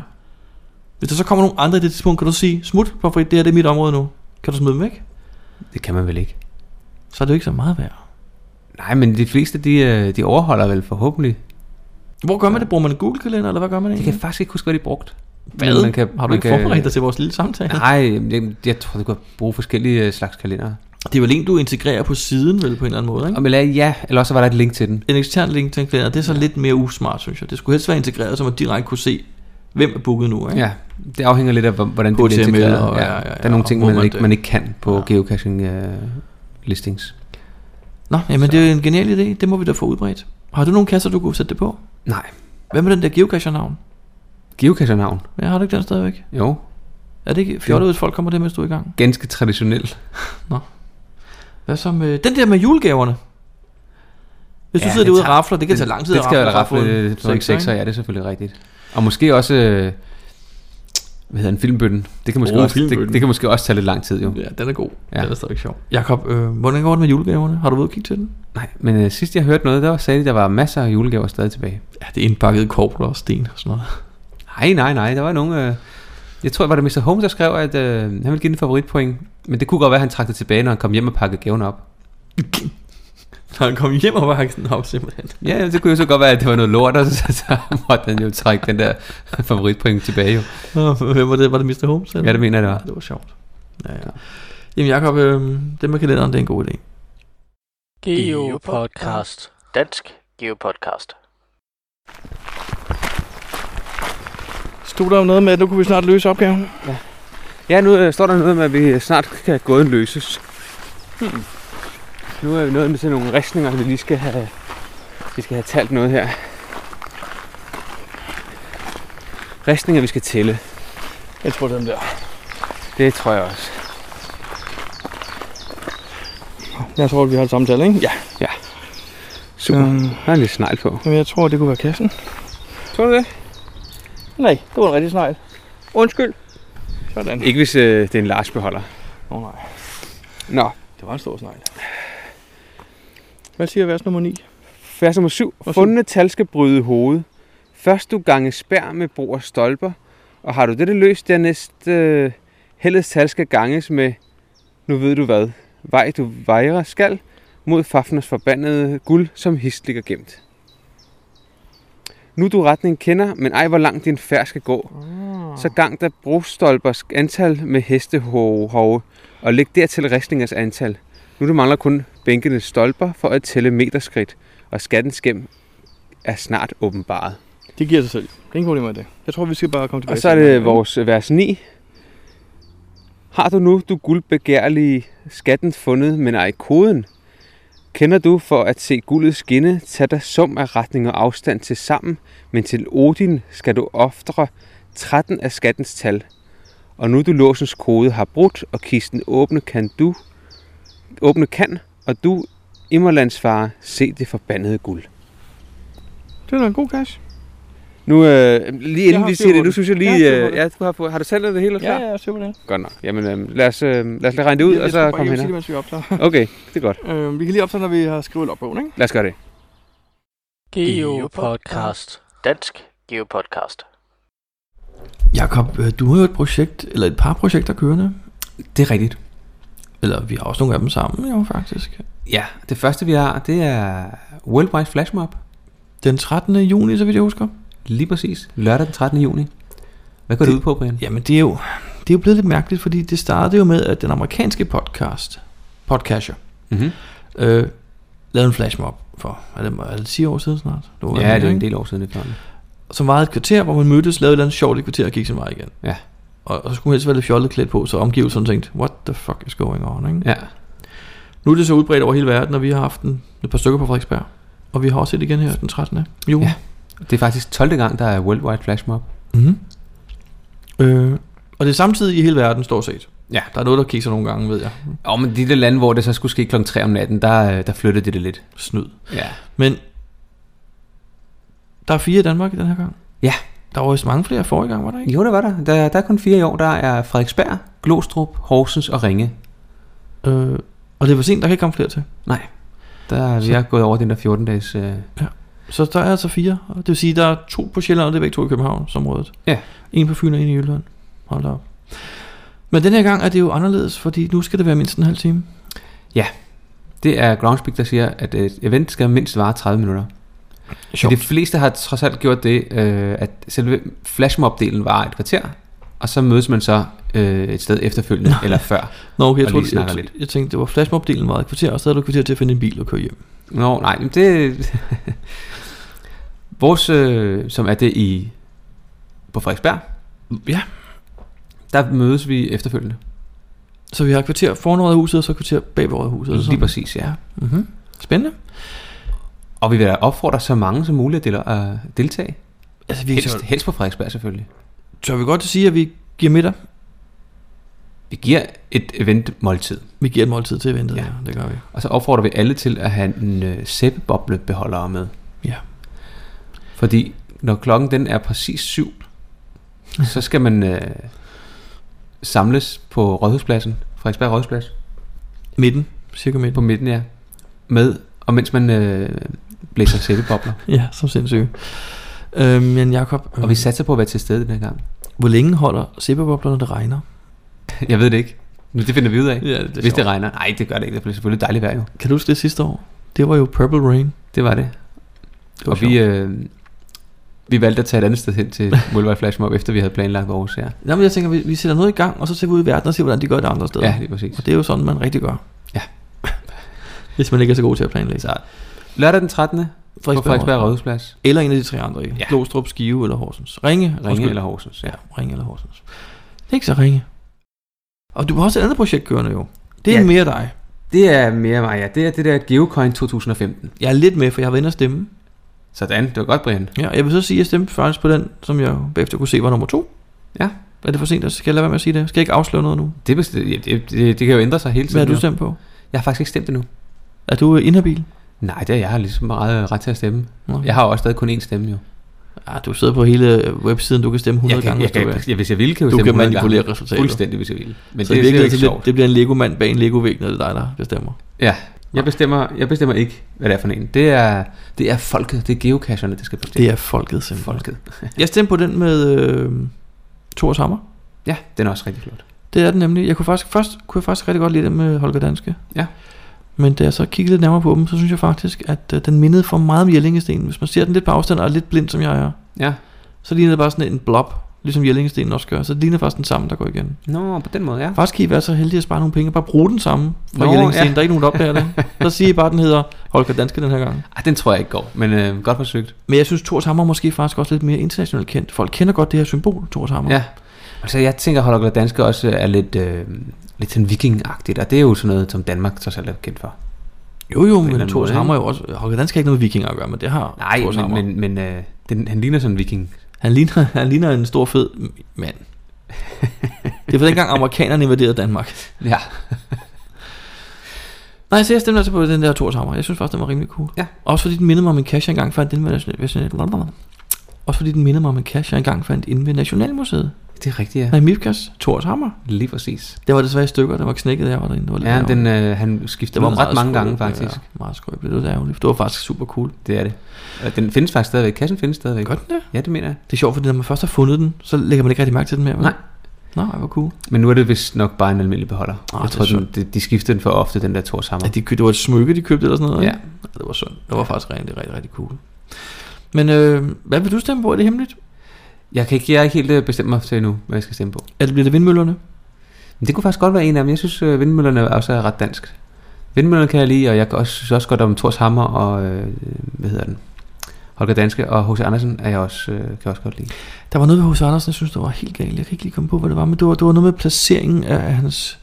Speaker 1: Hvis der så kommer nogen andre i det tidspunkt, kan du sige, smut, pomfrit, det her det er mit område nu. Kan du smide dem væk?
Speaker 2: Det kan man vel ikke.
Speaker 1: Så er det jo ikke så meget værd.
Speaker 2: Nej, men de fleste, de, øh, de overholder vel forhåbentlig.
Speaker 1: Hvor gør man det? Bruger man en Google-kalender, eller hvad gør man
Speaker 2: Det kan
Speaker 1: egentlig?
Speaker 2: jeg faktisk ikke huske, hvad de brugt.
Speaker 1: Mm. Hvad? Man kan, har du ikke forberedt dig til vores lille samtale?
Speaker 2: Nej, jeg, jeg tror, du kan bruge forskellige øh, slags kalendere.
Speaker 1: Det er vel en, du integrerer på siden, vel, på en eller anden måde, ikke?
Speaker 2: Om jeg lagde ja, eller også var der et link til den.
Speaker 1: en ekstern link til en kalender, det er så lidt mere usmart, synes jeg. Det skulle helst være integreret, så man direkte kunne se, hvem er booket nu. Ikke?
Speaker 2: Ja, det afhænger lidt af, hvor- hvordan det
Speaker 1: HTML
Speaker 2: bliver integreret.
Speaker 1: og-
Speaker 2: ja,
Speaker 1: ja, ja, ja,
Speaker 2: der er nogle
Speaker 1: og
Speaker 2: ting,
Speaker 1: hvor
Speaker 2: man,
Speaker 1: man
Speaker 2: ikke,
Speaker 1: det-
Speaker 2: man ikke kan på ja. geocaching øh, listings.
Speaker 1: Nå, jamen det er jo en genial idé, det må vi da få udbredt. Har du nogle kasser, du kunne sætte det på?
Speaker 2: Nej,
Speaker 1: Hvad med den der geocacher-navn?
Speaker 2: geocachernavn.
Speaker 1: Ja, har du ikke den stadigvæk?
Speaker 2: Jo,
Speaker 1: Er det ikke fjollet, hvis folk kommer der, mens du er i gang?
Speaker 2: ganske traditionel.
Speaker 1: Hvad så med... Den der med julegaverne. Hvis du
Speaker 2: Ja,
Speaker 1: sidder
Speaker 2: det
Speaker 1: derude og
Speaker 2: tager-
Speaker 1: rafler, det kan tage lang tid
Speaker 2: det skal
Speaker 1: at
Speaker 2: jo
Speaker 1: rafle.
Speaker 2: rafle
Speaker 1: så
Speaker 2: øh,
Speaker 1: få
Speaker 2: sådan en sekser, ja, det er selvfølgelig rigtigt. Og måske også, øh, hvad hedder den, filmbøtten. Det kan, måske
Speaker 1: Oh,
Speaker 2: også, det,
Speaker 1: filmbøtten.
Speaker 2: det kan måske også tage lidt lang tid, jo.
Speaker 1: Ja, den er god.
Speaker 2: Ja.
Speaker 1: Den er stadigvæk sjov. Jakob, øh, hvordan går det med julegaverne? Har du været ude og kigge til den?
Speaker 2: Nej, men øh, sidst jeg hørte noget, der var, sagde de, der var masser af julegaver stadig tilbage.
Speaker 1: Ja, det er indpakket korpler og sten og sådan noget.
Speaker 2: Nej, nej, nej, der var nogen... Øh, jeg tror, det var det Mr. Holmes, der skrev, at øh, han ville give den favoritpoint. Men det kunne godt være, at han trak det tilbage, når han kom hjem og pakkede gaven op.
Speaker 1: Når han kom hjem og var den op simpelthen.
Speaker 2: Ja, det kunne jo så godt være, at det var noget lort, og så, så måtte han jo trække den der favoritpoint tilbage jo.
Speaker 1: Nå, Hvem var det? Var det Mr. Holmes? Eller?
Speaker 2: Ja, det mener jeg, det var.
Speaker 1: Ja, det var sjovt. Ja, ja. Jamen Jacob, øh, det med kalenderen, det er en god idé.
Speaker 3: Geo Podcast. Dansk Geo Podcast.
Speaker 8: Stod der jo noget med, at nu kunne vi snart løse opgaven.
Speaker 2: Ja, nu øh, står der noget med, at vi snart kan gåden løses. Hmm. Nu er vi nået med til nogle ristninger, vi lige skal have, vi skal have talt noget her. Ristninger, vi skal tælle.
Speaker 8: Jeg tror, den der.
Speaker 2: Det tror jeg også.
Speaker 8: Jeg tror, vi har et samtale, ikke? Øhm. Ja.
Speaker 2: Super. Mm. Der er lidt snegl på.
Speaker 8: Jamen, jeg tror, det kunne være kassen.
Speaker 2: Tror du det?
Speaker 8: Nej, det var en rigtig snegl. Undskyld. Sådan.
Speaker 2: Ikke hvis øh, det er en Lars beholder.
Speaker 8: Nå oh, nej,
Speaker 2: Nå,
Speaker 8: det var en stor snegl. Hvad siger vers nummer 9?
Speaker 2: vers nummer 7.
Speaker 8: syv.
Speaker 2: Fundne tal skal bryde hovedet. Først du gange spær med brug af stolper, og har du dette løst, dernæst øh, hellets tal skal ganges med, nu ved du hvad, vej du vejrer skal, mod Fafners forbandede guld, som hist ligger gemt. Nu du retning kender, men ej hvor langt din færd skal gå, så gang der brugstolpers antal med hestehove, og læg dertil ristningers antal. Nu du mangler kun bænkenes stolper for at tælle meterskridt, og skattens skæm er snart åbenbaret.
Speaker 8: Det giver sig selv. Det er ingen problem med det. Jeg tror, vi skal bare komme tilbage.
Speaker 2: Og så er
Speaker 8: til
Speaker 2: det
Speaker 8: den.
Speaker 2: vores vers 9. Har du nu, du guldbegærlige, skatten fundet, men ej koden? Kender du for at se guldet skinne, tag dig sum af retning og afstand til sammen, men til Odin skal du oftere 13 af skattens tal. Og nu du låsens kode har brudt, og kisten åbne kan du, åbne kan, og du, Immerlandsfare, se det forbandede guld.
Speaker 8: Det er da en god cash.
Speaker 2: Nu, øh, lige
Speaker 8: har
Speaker 2: inden vi
Speaker 8: styr
Speaker 2: siger
Speaker 8: på
Speaker 2: det, nu
Speaker 8: det.
Speaker 2: synes jeg
Speaker 8: Jeg har styr
Speaker 2: lige...
Speaker 8: på
Speaker 2: Øh,
Speaker 8: det.
Speaker 2: ja, du har, fået- har du selv det hele og
Speaker 8: Ja,
Speaker 2: klar?
Speaker 8: ja, jeg ser på det.
Speaker 2: Godt nok. Jamen, øh, lad, os, øh, lad os lige regne det ud, og så komme hen.
Speaker 8: Jeg
Speaker 2: her.
Speaker 8: mens vi optager.
Speaker 2: Okay, det er godt.
Speaker 8: Øh, vi kan lige optage, når vi har skrevet logbogen, ikke?
Speaker 2: Lad os gøre det.
Speaker 3: Geo Podcast. Dansk Geo Podcast.
Speaker 1: Jakob, øh, du har jo et projekt, eller et par projekter kørende.
Speaker 2: Det er rigtigt.
Speaker 1: Eller vi har også nogle af dem sammen, jo faktisk.
Speaker 2: Ja, det første vi har, det er Worldwide Flash Mob.
Speaker 1: Den 13. juni, så vidt jeg husker.
Speaker 2: Lige præcis. Lørdag den 13. juni. Hvad går
Speaker 1: Det-
Speaker 2: det, det ud på, Brian?
Speaker 1: Jamen det er jo, det er jo blevet lidt mærkeligt, fordi det startede jo med, at den amerikanske podcast, podcaster,
Speaker 2: Mm-hmm.
Speaker 1: øh, lavede en flashmob for, er det, er det 10 år siden snart? Nu
Speaker 2: Ja, det er jo en
Speaker 1: ikke?
Speaker 2: del år siden efterhånden.
Speaker 1: Som varede et kvarter, hvor man mødtes, lavede et eller andet sjovt i et kvarter og gik sin vej igen.
Speaker 2: Ja.
Speaker 1: Og, og så skulle man helst være lidt fjollet klædt på, så omgivelserne tænkte, what the fuck is going on? Ikke?
Speaker 2: Ja.
Speaker 1: Nu er det så udbredt over hele verden, og vi har haft en, et par stykker på Frederiksberg. Og vi har også et igen her den 13. juni.
Speaker 2: Ja. Det er faktisk 12. gang, der er Worldwide Flash Mob.
Speaker 1: Mm-hmm. Øh, og det er samtidig i hele verden, stort set.
Speaker 2: Ja.
Speaker 1: Der er noget, der kikser nogle gange, ved jeg.
Speaker 2: Og men det der lande, hvor det så skulle ske kl. 3 om natten, der, øh, der flyttede det, det lidt.
Speaker 1: Snyd.
Speaker 2: Ja.
Speaker 1: Men der er fire i Danmark i den her gang.
Speaker 2: Ja.
Speaker 1: Der var også mange flere forrige gang, var der ikke?
Speaker 2: Jo, der var der. der. Der er kun fire i år. Der er Frederiksberg, Glostrup, Horsens og Ringe.
Speaker 1: Øh, og det var sent, der kan ikke komme flere til.
Speaker 2: Nej. Der er vi
Speaker 1: Så-
Speaker 2: har gået over den der 14-dages... Øh,
Speaker 1: Så der er altså fire. Og det vil sige, der er to på Sjælland, og det er begge to i Københavnsområdet.
Speaker 2: Ja.
Speaker 1: En på Fyn og en i Jylland. Hold da op. Men den her gang er det jo anderledes, fordi nu skal det være mindst en halv time.
Speaker 2: det er Groundspeak, der siger, at et event skal mindst vare 30 minutter.
Speaker 1: Sjovt.
Speaker 2: De fleste har trods alt gjort det, øh, at selve flashmob-delen var et kvarter, og så mødes man så øh, et sted efterfølgende, eller før.
Speaker 1: Nå, okay, jeg,
Speaker 2: Og
Speaker 1: troede,
Speaker 2: lige
Speaker 1: jeg,
Speaker 2: snakker
Speaker 1: jeg,
Speaker 2: lidt.
Speaker 1: jeg, tænkte, det var flashmob-delen meget et kvarter, og så havde du et kvarter til at finde en bil og køre hjem.
Speaker 2: Nå, nej, men det... Vores, øh, som er det i på Frederiksberg,
Speaker 1: Ja.
Speaker 2: der mødes vi efterfølgende.
Speaker 1: Så vi har et kvarter foran rådhuset, og så et kvarter bag ved rådhuset. eller
Speaker 2: Lige
Speaker 1: sådan.
Speaker 2: præcis, ja.
Speaker 1: Mm-hmm. Spændende.
Speaker 2: Og vi vil da opfordre så mange som muligt til at øh, deltage.
Speaker 1: Altså, vi
Speaker 2: Helst,
Speaker 1: tør,
Speaker 2: helst på Frederiksberg selvfølgelig.
Speaker 1: tør, vi godt sige, at vi giver middag.
Speaker 2: Vi giver et eventmåltid,
Speaker 1: Vi giver et måltid til eventet.
Speaker 2: Ja.
Speaker 1: Ja, det gør vi.
Speaker 2: og så opfordrer vi alle til at have en øh, sæbeboblebeholder med.
Speaker 1: Ja.
Speaker 2: Fordi når klokken den er præcis syv, så skal man øh, samles på Rådhuspladsen, Frederiksberg Rådhusplads,
Speaker 1: Midten. Cirka midten.
Speaker 2: på midten, ja, med, og mens man øh, blæser sæbebobler.
Speaker 1: Ja, som sindssygt. Øhm, men Jacob,
Speaker 2: Og vi satser på at være til stede den her gang.
Speaker 1: hvor længe holder sæbeboblerne, det regner?
Speaker 2: Jeg ved det ikke. Men det finder vi ud af.
Speaker 1: Ja, det
Speaker 2: Hvis det regner. Nej, det gør det ikke. Det bliver selvfølgelig dejligt vejr jo.
Speaker 1: Kan du huske det sidste år? Det var jo Purple Rain.
Speaker 2: Det var det.
Speaker 1: Det var
Speaker 2: Og vi, øh, vi valgte at tage et andet sted hen til Worldwide Flash Mob, efter vi havde planlagt Aarhus her.
Speaker 1: Nå, men jeg tænker, vi, vi sætter noget i gang, og så ser vi ud i verden og ser, hvordan de gør det andre steder.
Speaker 2: Ja, lige præcis.
Speaker 1: Og det er jo sådan, man rigtig gør.
Speaker 2: Ja.
Speaker 1: Hvis man ikke er så god til at planlægge.
Speaker 2: Så lørdag den 13. på Frederiksberg Rådhusplads.
Speaker 1: Eller en af de tre andre. Ja.
Speaker 2: Ja.
Speaker 1: Glostrup, Skive eller Horsens. Ringe.
Speaker 2: Ringe
Speaker 1: undskyld.
Speaker 2: eller Horsens. Ja.
Speaker 1: Ja, Ringe eller Horsens. Det er ikke så Ringe. Og du har også et andet projekt kørende jo. Det er
Speaker 2: Ja.
Speaker 1: mere dig.
Speaker 2: Det er mere mig, ja. Det er det der Geocoin 2015.
Speaker 1: Jeg er lidt med, for jeg har været inde og stemme.
Speaker 2: Sådan, det var godt, Brian.
Speaker 1: Ja, jeg vil så sige, at jeg stemte faktisk på den, som jeg bagefter kunne se var nummer to.
Speaker 2: Ja.
Speaker 1: Er det for sent? at- Skal jeg lade være med at sige det? Skal jeg ikke afsløre noget nu?
Speaker 2: Det, besti- ja, det, det, det kan jo ændre sig hele tiden.
Speaker 1: Hvad har du
Speaker 2: jo.
Speaker 1: stemt på?
Speaker 2: Jeg har faktisk ikke stemt endnu.
Speaker 1: Er du øh, inhabil?
Speaker 2: Nej, det er jeg har ligesom meget øh, ret til at stemme.
Speaker 1: Nå.
Speaker 2: Jeg har jo også stadig kun én stemme jo.
Speaker 1: Ah, du sidder på hele øh, websiden, du kan stemme 100
Speaker 2: jeg kan,
Speaker 1: gange,
Speaker 2: jeg
Speaker 1: hvis du
Speaker 2: kan,
Speaker 1: vil.
Speaker 2: ja, hvis jeg vil, kan jeg
Speaker 1: Du
Speaker 2: stemme
Speaker 1: kan
Speaker 2: 100
Speaker 1: manipulere
Speaker 2: gange.
Speaker 1: resultatet.
Speaker 2: Fuldstændig, hvis jeg vil. Men
Speaker 1: Så
Speaker 2: det,
Speaker 1: i
Speaker 2: det er jo ikke
Speaker 1: virkeligheden, så bliver,
Speaker 2: sjovt.
Speaker 1: det bliver en Lego-mand bag en Lego-væg, når det er dig, der bestemmer.
Speaker 2: Ja, jeg bestemmer, jeg bestemmer ikke, hvad det er for en. Det er, det er folket, det er geocacherne, der skal bestemme.
Speaker 1: Det er folket simpelthen.
Speaker 2: folket.
Speaker 1: Jeg stemte på den med øh, Thor Hammer.
Speaker 2: Ja, den er også rigtig flot.
Speaker 1: Det er den nemlig. Jeg kunne faktisk, først kunne jeg faktisk rigtig godt lide den med Holger Danske.
Speaker 2: Ja.
Speaker 1: Men da jeg så kiggede lidt nærmere på dem, så synes jeg faktisk, at øh, den mindede for meget om Jellingestenen. Hvis man ser den lidt på afstand og er lidt blind, som jeg er,
Speaker 2: Ja.
Speaker 1: så ligner det bare sådan en blob, ligesom Jellingestenen også gør. Så det ligner faktisk den samme, der går igen.
Speaker 2: Nå, på den måde, ja.
Speaker 1: Faktisk kan I være så heldige at spare nogle penge og bare bruge den samme fra
Speaker 2: Nå,
Speaker 1: Jellingestenen.
Speaker 2: ja.
Speaker 1: Der er ikke nogen, der opdager det. Så siger I bare, at den hedder Holger Danske den her gang.
Speaker 2: Ej, den tror jeg ikke går, men øh, godt forsøgt.
Speaker 1: Men jeg synes, Thor Hammer er måske faktisk også lidt mere internationalt kendt. Folk kender godt det her symbol, Thor Hammer.
Speaker 2: Ja. Altså, jeg tænker, Holger Danske også er lidt, øh, lidt sådan vikingagtigt, og det er jo sådan noget, som Danmark trods alt er kendt for.
Speaker 1: Jo jo,
Speaker 2: eller
Speaker 1: men
Speaker 2: anden
Speaker 1: Thor
Speaker 2: måde,
Speaker 1: Hammer er jo også... Holger Danske har ikke noget med vikinger at gøre, men det har
Speaker 2: Nej,
Speaker 1: Thor
Speaker 2: men,
Speaker 1: Hammer.
Speaker 2: men, men øh, den, han ligner sådan en viking.
Speaker 1: Han ligner, han ligner en stor fed mand. Det er for dengang amerikanerne invaderede Danmark.
Speaker 2: Ja.
Speaker 1: Nej, så jeg stemte altså på den der Torshammer. Jeg synes faktisk, den var rimelig cool.
Speaker 2: Ja.
Speaker 1: Også fordi den mindede mig om en cash, jeg engang fandt inde ved National... Også fordi den mindede mig om en cash, jeg engang fandt inde ved Nationalmuseet.
Speaker 2: Det er rigtigt, ja.
Speaker 1: Nej, Mipkas Torshammer.
Speaker 2: Lige præcis.
Speaker 1: Det var desværre i stykker, der var knækket der, var derinde. Det var lidt
Speaker 2: Ja,
Speaker 1: ærgerligt.
Speaker 2: den, øh, han skifter
Speaker 1: Det var
Speaker 2: den ret
Speaker 1: meget
Speaker 2: mange gange,
Speaker 1: skrøbeligt,
Speaker 2: faktisk.
Speaker 1: Ja, meget skrøbeligt. Det var ærgerligt. Det var faktisk super cool.
Speaker 2: Det er det. Og Den findes faktisk stadigvæk. Kassen findes stadigvæk.
Speaker 1: Godt det.
Speaker 2: Ja, det mener jeg.
Speaker 1: Det er sjovt, fordi når man først har fundet den, så lægger man ikke rigtig mærke til den mere. vel?
Speaker 2: Nej.
Speaker 1: Nå, hvor cool.
Speaker 2: Men nu er det vist nok bare en almindelig beholder.
Speaker 1: Ah,
Speaker 2: Oh, jeg
Speaker 1: det
Speaker 2: tror,
Speaker 1: er
Speaker 2: den, de, de skifter den for ofte, den der Torshammer.
Speaker 1: Ja,
Speaker 2: Ja,
Speaker 1: de, køb- det var et smykke, de købte eller sådan noget.
Speaker 2: Ja.
Speaker 1: ikke? det var synd. Det var faktisk rent rigtig, rigtig cool. Men øh, hvad vil du stemme på? Er det hemmeligt?
Speaker 2: Jeg kan ikke, jeg er ikke helt øh, bestemt mig til endnu, hvad jeg skal stemme på.
Speaker 1: Er det, bliver det vindmøllerne?
Speaker 2: Men det kunne faktisk godt være en af dem. Jeg synes, øh, vindmøllerne også er ret dansk. Vindmøllerne kan jeg lide, og jeg kan også, synes også godt om Thors Hammer og, øh, hvad hedder den, Holger Danske og H.C. Andersen er jeg også, øh, kan jeg også godt lide.
Speaker 1: Der var noget ved H.C. Andersen, jeg synes, der var helt galt. Jeg kan ikke lige komme på, hvad det var, men det var, det var noget med placeringen af hans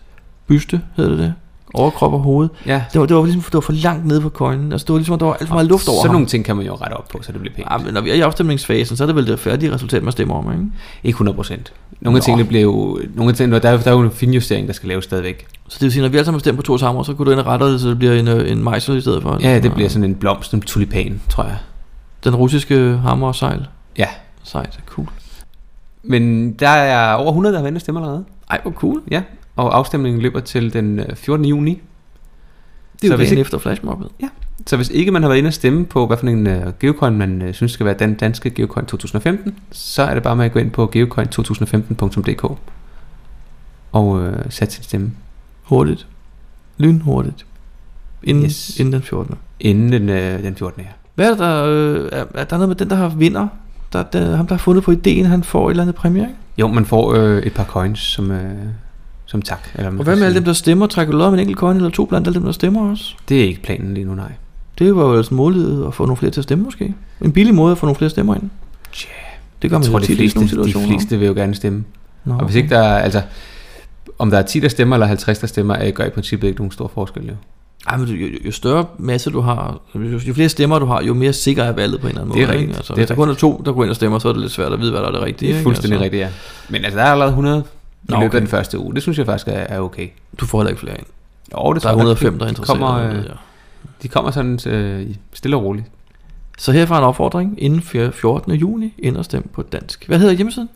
Speaker 1: byste, hedder det det? Overkrop og hoved.
Speaker 2: Ja,
Speaker 1: Det var, det var ligesom det var for langt nede på køjlen. Altså, det var ligesom, at der var alt for meget luft over
Speaker 2: Sådan
Speaker 1: ham.
Speaker 2: nogle ting kan man jo rette op på, så det bliver pænt.
Speaker 1: Ja, men når vi er i afstemningsfasen, så er det vel det færdige resultat, man stemmer om, ikke?
Speaker 2: Ikke 100 procent. Nogle af
Speaker 1: Nå.
Speaker 2: tingene bliver jo... Nogle af tingene, der, er, der er jo en finjustering, der skal laves stadigvæk.
Speaker 1: Så det vil sige, når vi alle sammen stemmer på to samre, så går du ind og retter det, så det bliver en, øh, en mejsel i stedet for.
Speaker 2: Ja, det
Speaker 1: Eller-
Speaker 2: bliver sådan en blomst, en tulipan, tror jeg.
Speaker 1: Den russiske hammer og sejl.
Speaker 2: Ja.
Speaker 1: Sejt, cool.
Speaker 2: Men der er over 100, der har været inde og stemme allerede.
Speaker 1: Ej, hvor cool.
Speaker 2: Ja, og afstemningen løber til den øh, 14. juni.
Speaker 1: Det er
Speaker 2: Så
Speaker 1: jo
Speaker 2: hvis
Speaker 1: dagen
Speaker 2: ikke-
Speaker 1: efter flashmobbet.
Speaker 2: Så hvis ikke man har været inde og stemme på, hvad for en øh, geocoin man øh, synes skal være den danske geocoin 2015, så er det bare med at gå ind på geocoin2015.dk og øh, sætte sin stemme
Speaker 1: Hurtigt. Lynhurtigt. Inden,
Speaker 2: Yes.
Speaker 1: yes. inden den 14.
Speaker 2: inden den, øh, den 14. her.
Speaker 1: Hvad er det, der, øh, er, er der noget med den, der har vinder? Der, der, ham, der har fundet på ideen, han får et eller andet præmie, ikke?
Speaker 2: Jo, man får øh, et par coins som, øh, som tak. Eller man
Speaker 1: Og
Speaker 2: kan
Speaker 1: hvad med alle
Speaker 2: sige.
Speaker 1: dem, der stemmer? Trækker du lod om en enkelt coin eller to blandt alle dem, der stemmer også?
Speaker 2: Det er ikke planen lige nu, nej.
Speaker 1: Det var jo altså en mulighed at få nogle flere til at stemme måske. En billig måde at få nogle flere stemmer ind.
Speaker 2: Tja,
Speaker 1: det gør man
Speaker 2: Jeg tror,
Speaker 1: jo
Speaker 2: de
Speaker 1: tit i sådan
Speaker 2: fleste,
Speaker 1: nogle
Speaker 2: de
Speaker 1: situationer.
Speaker 2: fleste vil jo gerne stemme.
Speaker 1: Nå,
Speaker 2: Og hvis
Speaker 1: okay.
Speaker 2: ikke der er, altså, om der er 10, der stemmer, eller 50, der stemmer, øh, gør i princippet ikke nogen stor forskel, jo.
Speaker 1: Ej, men jo, jo- jo, større masse du har, jo, jo flere stemmer du har, jo mere sikker er valget på en eller anden
Speaker 2: Det er
Speaker 1: måde.
Speaker 2: rigtigt.
Speaker 1: Ikke? Altså,
Speaker 2: Det er
Speaker 1: hvis der kun er to, der går ind og stemmer, så er det lidt svært at vide, hvad der er det rigtige.
Speaker 2: Det er
Speaker 1: ikke? Altså.
Speaker 2: fuldstændig rigtigt, ja. Men altså, der er allerede 100 i
Speaker 1: Nå,
Speaker 2: løbet
Speaker 1: okay.
Speaker 2: af den første uge. Det synes jeg faktisk er, er okay.
Speaker 1: Du får heller ikke flere ind.
Speaker 2: Jo, det
Speaker 1: Der er
Speaker 2: tror jeg.
Speaker 1: 105, der er
Speaker 2: De
Speaker 1: interesseret.
Speaker 2: Kommer,
Speaker 1: ved
Speaker 2: øh,
Speaker 1: jeg.
Speaker 2: de kommer sådan øh, stille og roligt.
Speaker 1: Så herfra en opfordring inden fjer- 14. juni, ind og stem på dansk. Hvad hedder hjemmesiden?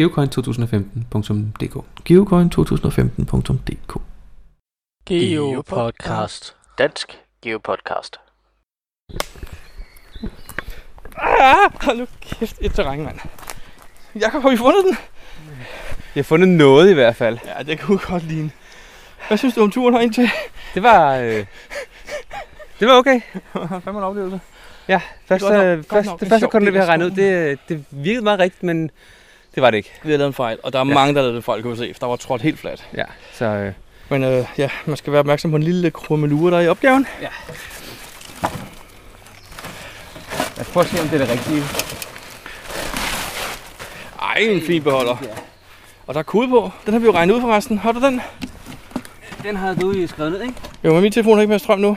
Speaker 2: Geocoin2015.dk
Speaker 1: geocoin2015.dk
Speaker 3: Geopodcast. Dansk Geopodcast.
Speaker 8: Ah, hold nu kæft, et terræn, mand. Jakob, har vi fundet den?
Speaker 6: Jeg har fundet noget i hvert fald.
Speaker 8: Ja, det kunne godt ligne. Hvad synes du om turen herind til?
Speaker 6: Det var... Øh, det var okay.
Speaker 8: Hvad var en oplevelse?
Speaker 6: Første,
Speaker 8: Godt nok-
Speaker 6: øh,
Speaker 8: godt
Speaker 6: første,
Speaker 8: nok en
Speaker 6: det første
Speaker 8: sjov
Speaker 6: koordinat,
Speaker 8: del
Speaker 6: vi
Speaker 8: af
Speaker 6: havde regnet ud, det, øh, det virkede meget rigtigt, men det var det ikke.
Speaker 8: Vi har lavet en fejl, og der er ja. mange, der har lavet den fejl, kan vi se. for Der var trådt helt fladt.
Speaker 6: Ja, så øh,
Speaker 8: Men øh, ja, man skal være opmærksom på en lille krummelure, der er i opgaven.
Speaker 6: lad os prøve at se, om det er det rigtige.
Speaker 8: Ej, en fin beholder. Og der er kode på. Den har vi jo regnet ud forresten. Har du den?
Speaker 6: Den har du skrevet ned, ikke?
Speaker 8: Jo, men min telefon har ikke mere strøm nu.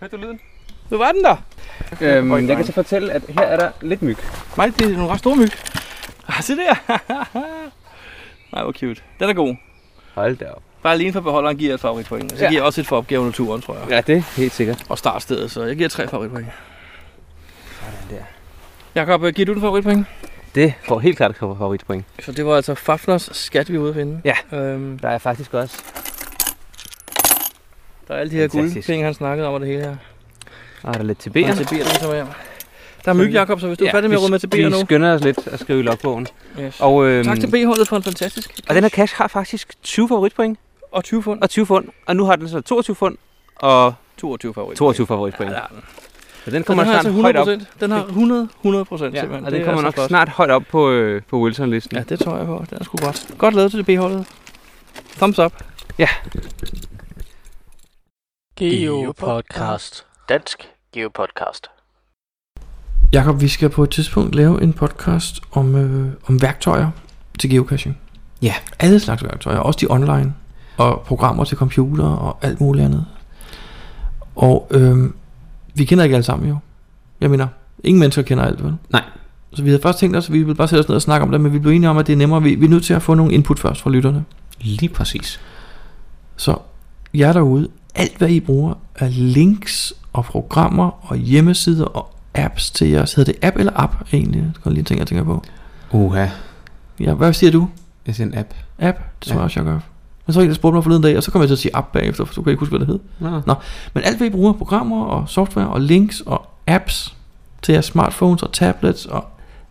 Speaker 6: Hørte du lyden?
Speaker 8: Nu var den der.
Speaker 6: Øhm, jeg kan så fortælle, at her er der lidt myg.
Speaker 8: Nej, det er nogle ret store myg. Ah, se der. Nej, hvor cute. Den er god.
Speaker 6: Hold da op.
Speaker 8: Bare alene for beholderen giver jeg et favoritpoint. Så
Speaker 6: Ja.
Speaker 8: giver jeg også et for opgaven og turen, tror jeg.
Speaker 6: Ja, det er helt sikkert.
Speaker 8: Og startstedet, så jeg giver tre favoritpoint. Jakob, øh, giver du den favoritpoint?
Speaker 6: Det får helt klart et favoritpoint.
Speaker 8: Så det var altså Fafners skat, vi var ude at finde.
Speaker 6: Ja.
Speaker 8: Øhm,
Speaker 6: Der er faktisk også
Speaker 8: der er alle de her
Speaker 6: Fantastisk.
Speaker 8: guldpenge, han snakkede om og det hele her.
Speaker 6: og der er lidt til
Speaker 8: Ja.
Speaker 6: B'erne.
Speaker 8: Til B'erne, vi tager med hjem. Der er myg, Jakob, så hvis du er færdig med at
Speaker 6: vi-
Speaker 8: råde med til B'er nu.
Speaker 6: Vi skynder os lidt at skrive i logbogen.
Speaker 8: Yes.
Speaker 6: Og, øhm,
Speaker 8: Tak til B-holdet for en fantastisk
Speaker 6: og den her cash har faktisk 20 favoritpoint
Speaker 8: og 20 fund.
Speaker 6: og 20 fund, og nu har den så 22 fund og
Speaker 8: 22 favorit.
Speaker 6: 22 favoritpoint.
Speaker 8: Ja, der
Speaker 6: Ja,
Speaker 8: er den.
Speaker 6: så den
Speaker 8: Så den
Speaker 6: kommer
Speaker 8: har
Speaker 6: snart
Speaker 8: altså
Speaker 6: højt op.
Speaker 8: 100 Den har 100, 100 procent
Speaker 6: Ja,
Speaker 8: simpelthen.
Speaker 6: og
Speaker 8: Det
Speaker 6: den
Speaker 8: er
Speaker 6: kommer
Speaker 8: altså
Speaker 6: nok
Speaker 8: flot.
Speaker 6: snart højt op på, øh, på Wilson-listen.
Speaker 8: Ja, det tror jeg på. Den er sgu godt. Godt lavet til det B-holdet. Thumbs up.
Speaker 3: Geopodcast. Dansk Geopodcast.
Speaker 1: Jakob, vi skal på et tidspunkt lave en podcast om, øh, om værktøjer til geocaching.
Speaker 2: Ja.
Speaker 1: Alle slags værktøjer, også de online, og programmer til computer og alt muligt andet. Og øh, vi kender ikke alle sammen jo. Jeg mener, ingen mennesker kender alt, vel?
Speaker 2: Nej.
Speaker 1: Så vi havde først tænkt os, at vi ville bare sætte os ned og snakke om det, men vi blev enige om, at det er nemmere. Vi, vi er nødt til at få nogle input først fra lytterne.
Speaker 2: Lige præcis.
Speaker 1: Så jer derude, alt hvad I bruger af links og programmer og hjemmesider og apps til jeres. Hedder det app eller app egentlig? Det er lige en ting, jeg tænker på.
Speaker 2: Uha,
Speaker 1: Ja, hvad siger du?
Speaker 2: jeg ser en app.
Speaker 1: App? Det tror
Speaker 2: Ja.
Speaker 1: jeg også, jeg gør. Men så var en, der spurgte mig forleden dag, og så kom jeg til at sige app bagefter, for så kan jeg ikke huske, hvad det hed.
Speaker 2: Nå.
Speaker 1: Men alt hvad I bruger, programmer og software og links og apps til jeres smartphones og tablets, og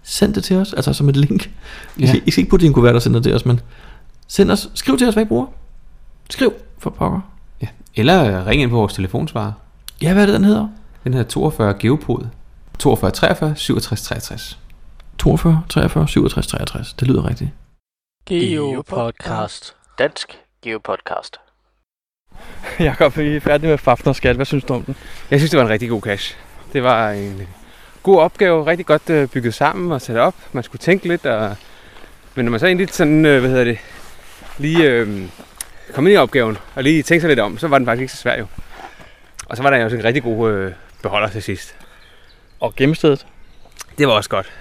Speaker 1: send det til os, altså som et link. I,
Speaker 2: Ja.
Speaker 1: skal, I skal ikke putte det i en kuvert og sende det til os, men send os, skriv til os, hvad I bruger. Skriv for pokker.
Speaker 2: Eller øh, ring ind på vores telefonsvarer.
Speaker 1: Ja, hvad er det, den hedder?
Speaker 2: Den hedder 42 Geopod. 42, 43, 67, 63.
Speaker 1: 42, 43, 67, 63. Det lyder rigtigt.
Speaker 3: Geopodcast. Dansk Geopodcast.
Speaker 8: Jakob, vi er færdige med Fafner Skat. Hvad synes du om den?
Speaker 6: Jeg synes, det var en rigtig god cash. Det var en god opgave, rigtig godt øh, bygget sammen og sat op. Man skulle tænke lidt, og... men når man så egentlig sådan, øh, hvad hedder det, lige øh, kom ind i opgaven og lige tænkte sig lidt om, så var den faktisk ikke så svær jo. Og så var der også en rigtig god øh, beholder til sidst.
Speaker 8: Og gennemstedet?
Speaker 6: Det var også godt.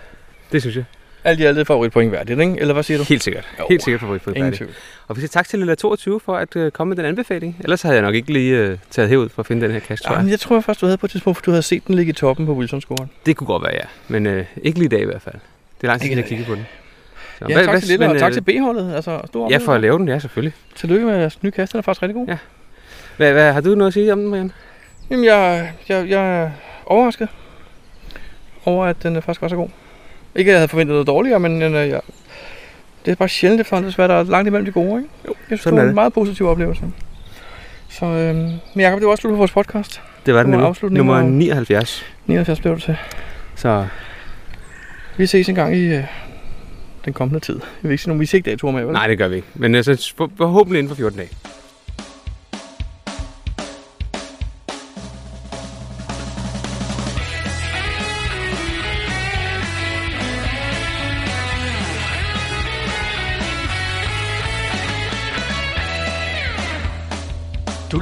Speaker 6: Det synes jeg.
Speaker 8: Alt i alt er favoritpoint værdigt, ikke? Eller hvad siger du?
Speaker 6: Helt sikkert.
Speaker 8: Jo.
Speaker 6: Helt sikkert favorit på
Speaker 8: Ingen
Speaker 6: Ingen
Speaker 8: tvivl.
Speaker 6: Og vi siger tak til Lilla 22 for at øh, komme med den anbefaling. Ellers havde jeg nok ikke lige øh, taget herud for at finde den her cash, tror jeg.
Speaker 8: Jamen, jeg tror først, du havde på et tidspunkt, for du havde set den ligge i toppen på Wilson-scoren.
Speaker 6: Det kunne godt være, ja. Men øh, ikke lige i dag i hvert fald. Det er lang tid,
Speaker 8: Ikke
Speaker 6: siden
Speaker 8: i
Speaker 6: jeg kiggede på den. Så,
Speaker 8: Ja,
Speaker 6: hvad-
Speaker 8: tak
Speaker 6: hvad-
Speaker 8: til Lille,
Speaker 6: men,
Speaker 8: og tak
Speaker 6: øh,
Speaker 8: til B-holdet. Altså, stor
Speaker 6: Ja,
Speaker 8: oplevelse.
Speaker 6: for at lave den, ja, selvfølgelig.
Speaker 8: Tillykke med jeres nye kast, den er faktisk rigtig god.
Speaker 6: Ja. Hvad, hvad, har du noget at sige om den, Brian?
Speaker 8: Jamen, jeg, jeg, jeg er overrasket over, at den øh, faktisk var så god. Ikke, at jeg havde forventet noget dårligere, men øh, jeg, det er bare sjældent efterhånden, desværre, der er langt imellem de gode, ikke? Jo, jeg synes,
Speaker 6: sådan
Speaker 8: det
Speaker 6: er
Speaker 8: var en
Speaker 6: det.
Speaker 8: meget positiv oplevelse. Så, øhm, men Jacob, det var også slut på vores podcast.
Speaker 6: Det var den
Speaker 8: Det var
Speaker 6: nemlig.
Speaker 8: afslutningen,
Speaker 6: Nummer
Speaker 8: og-
Speaker 6: 79.
Speaker 8: 79 blev det til.
Speaker 6: Så
Speaker 8: Vi ses en gang i øh, den kommende tid. Vi vil ikke sige nogen, vi ser ikke datoer med, vel?
Speaker 6: nej, det gør vi ikke. Men øh, så for- forhåbentlig inden for 14 dage.
Speaker 3: Du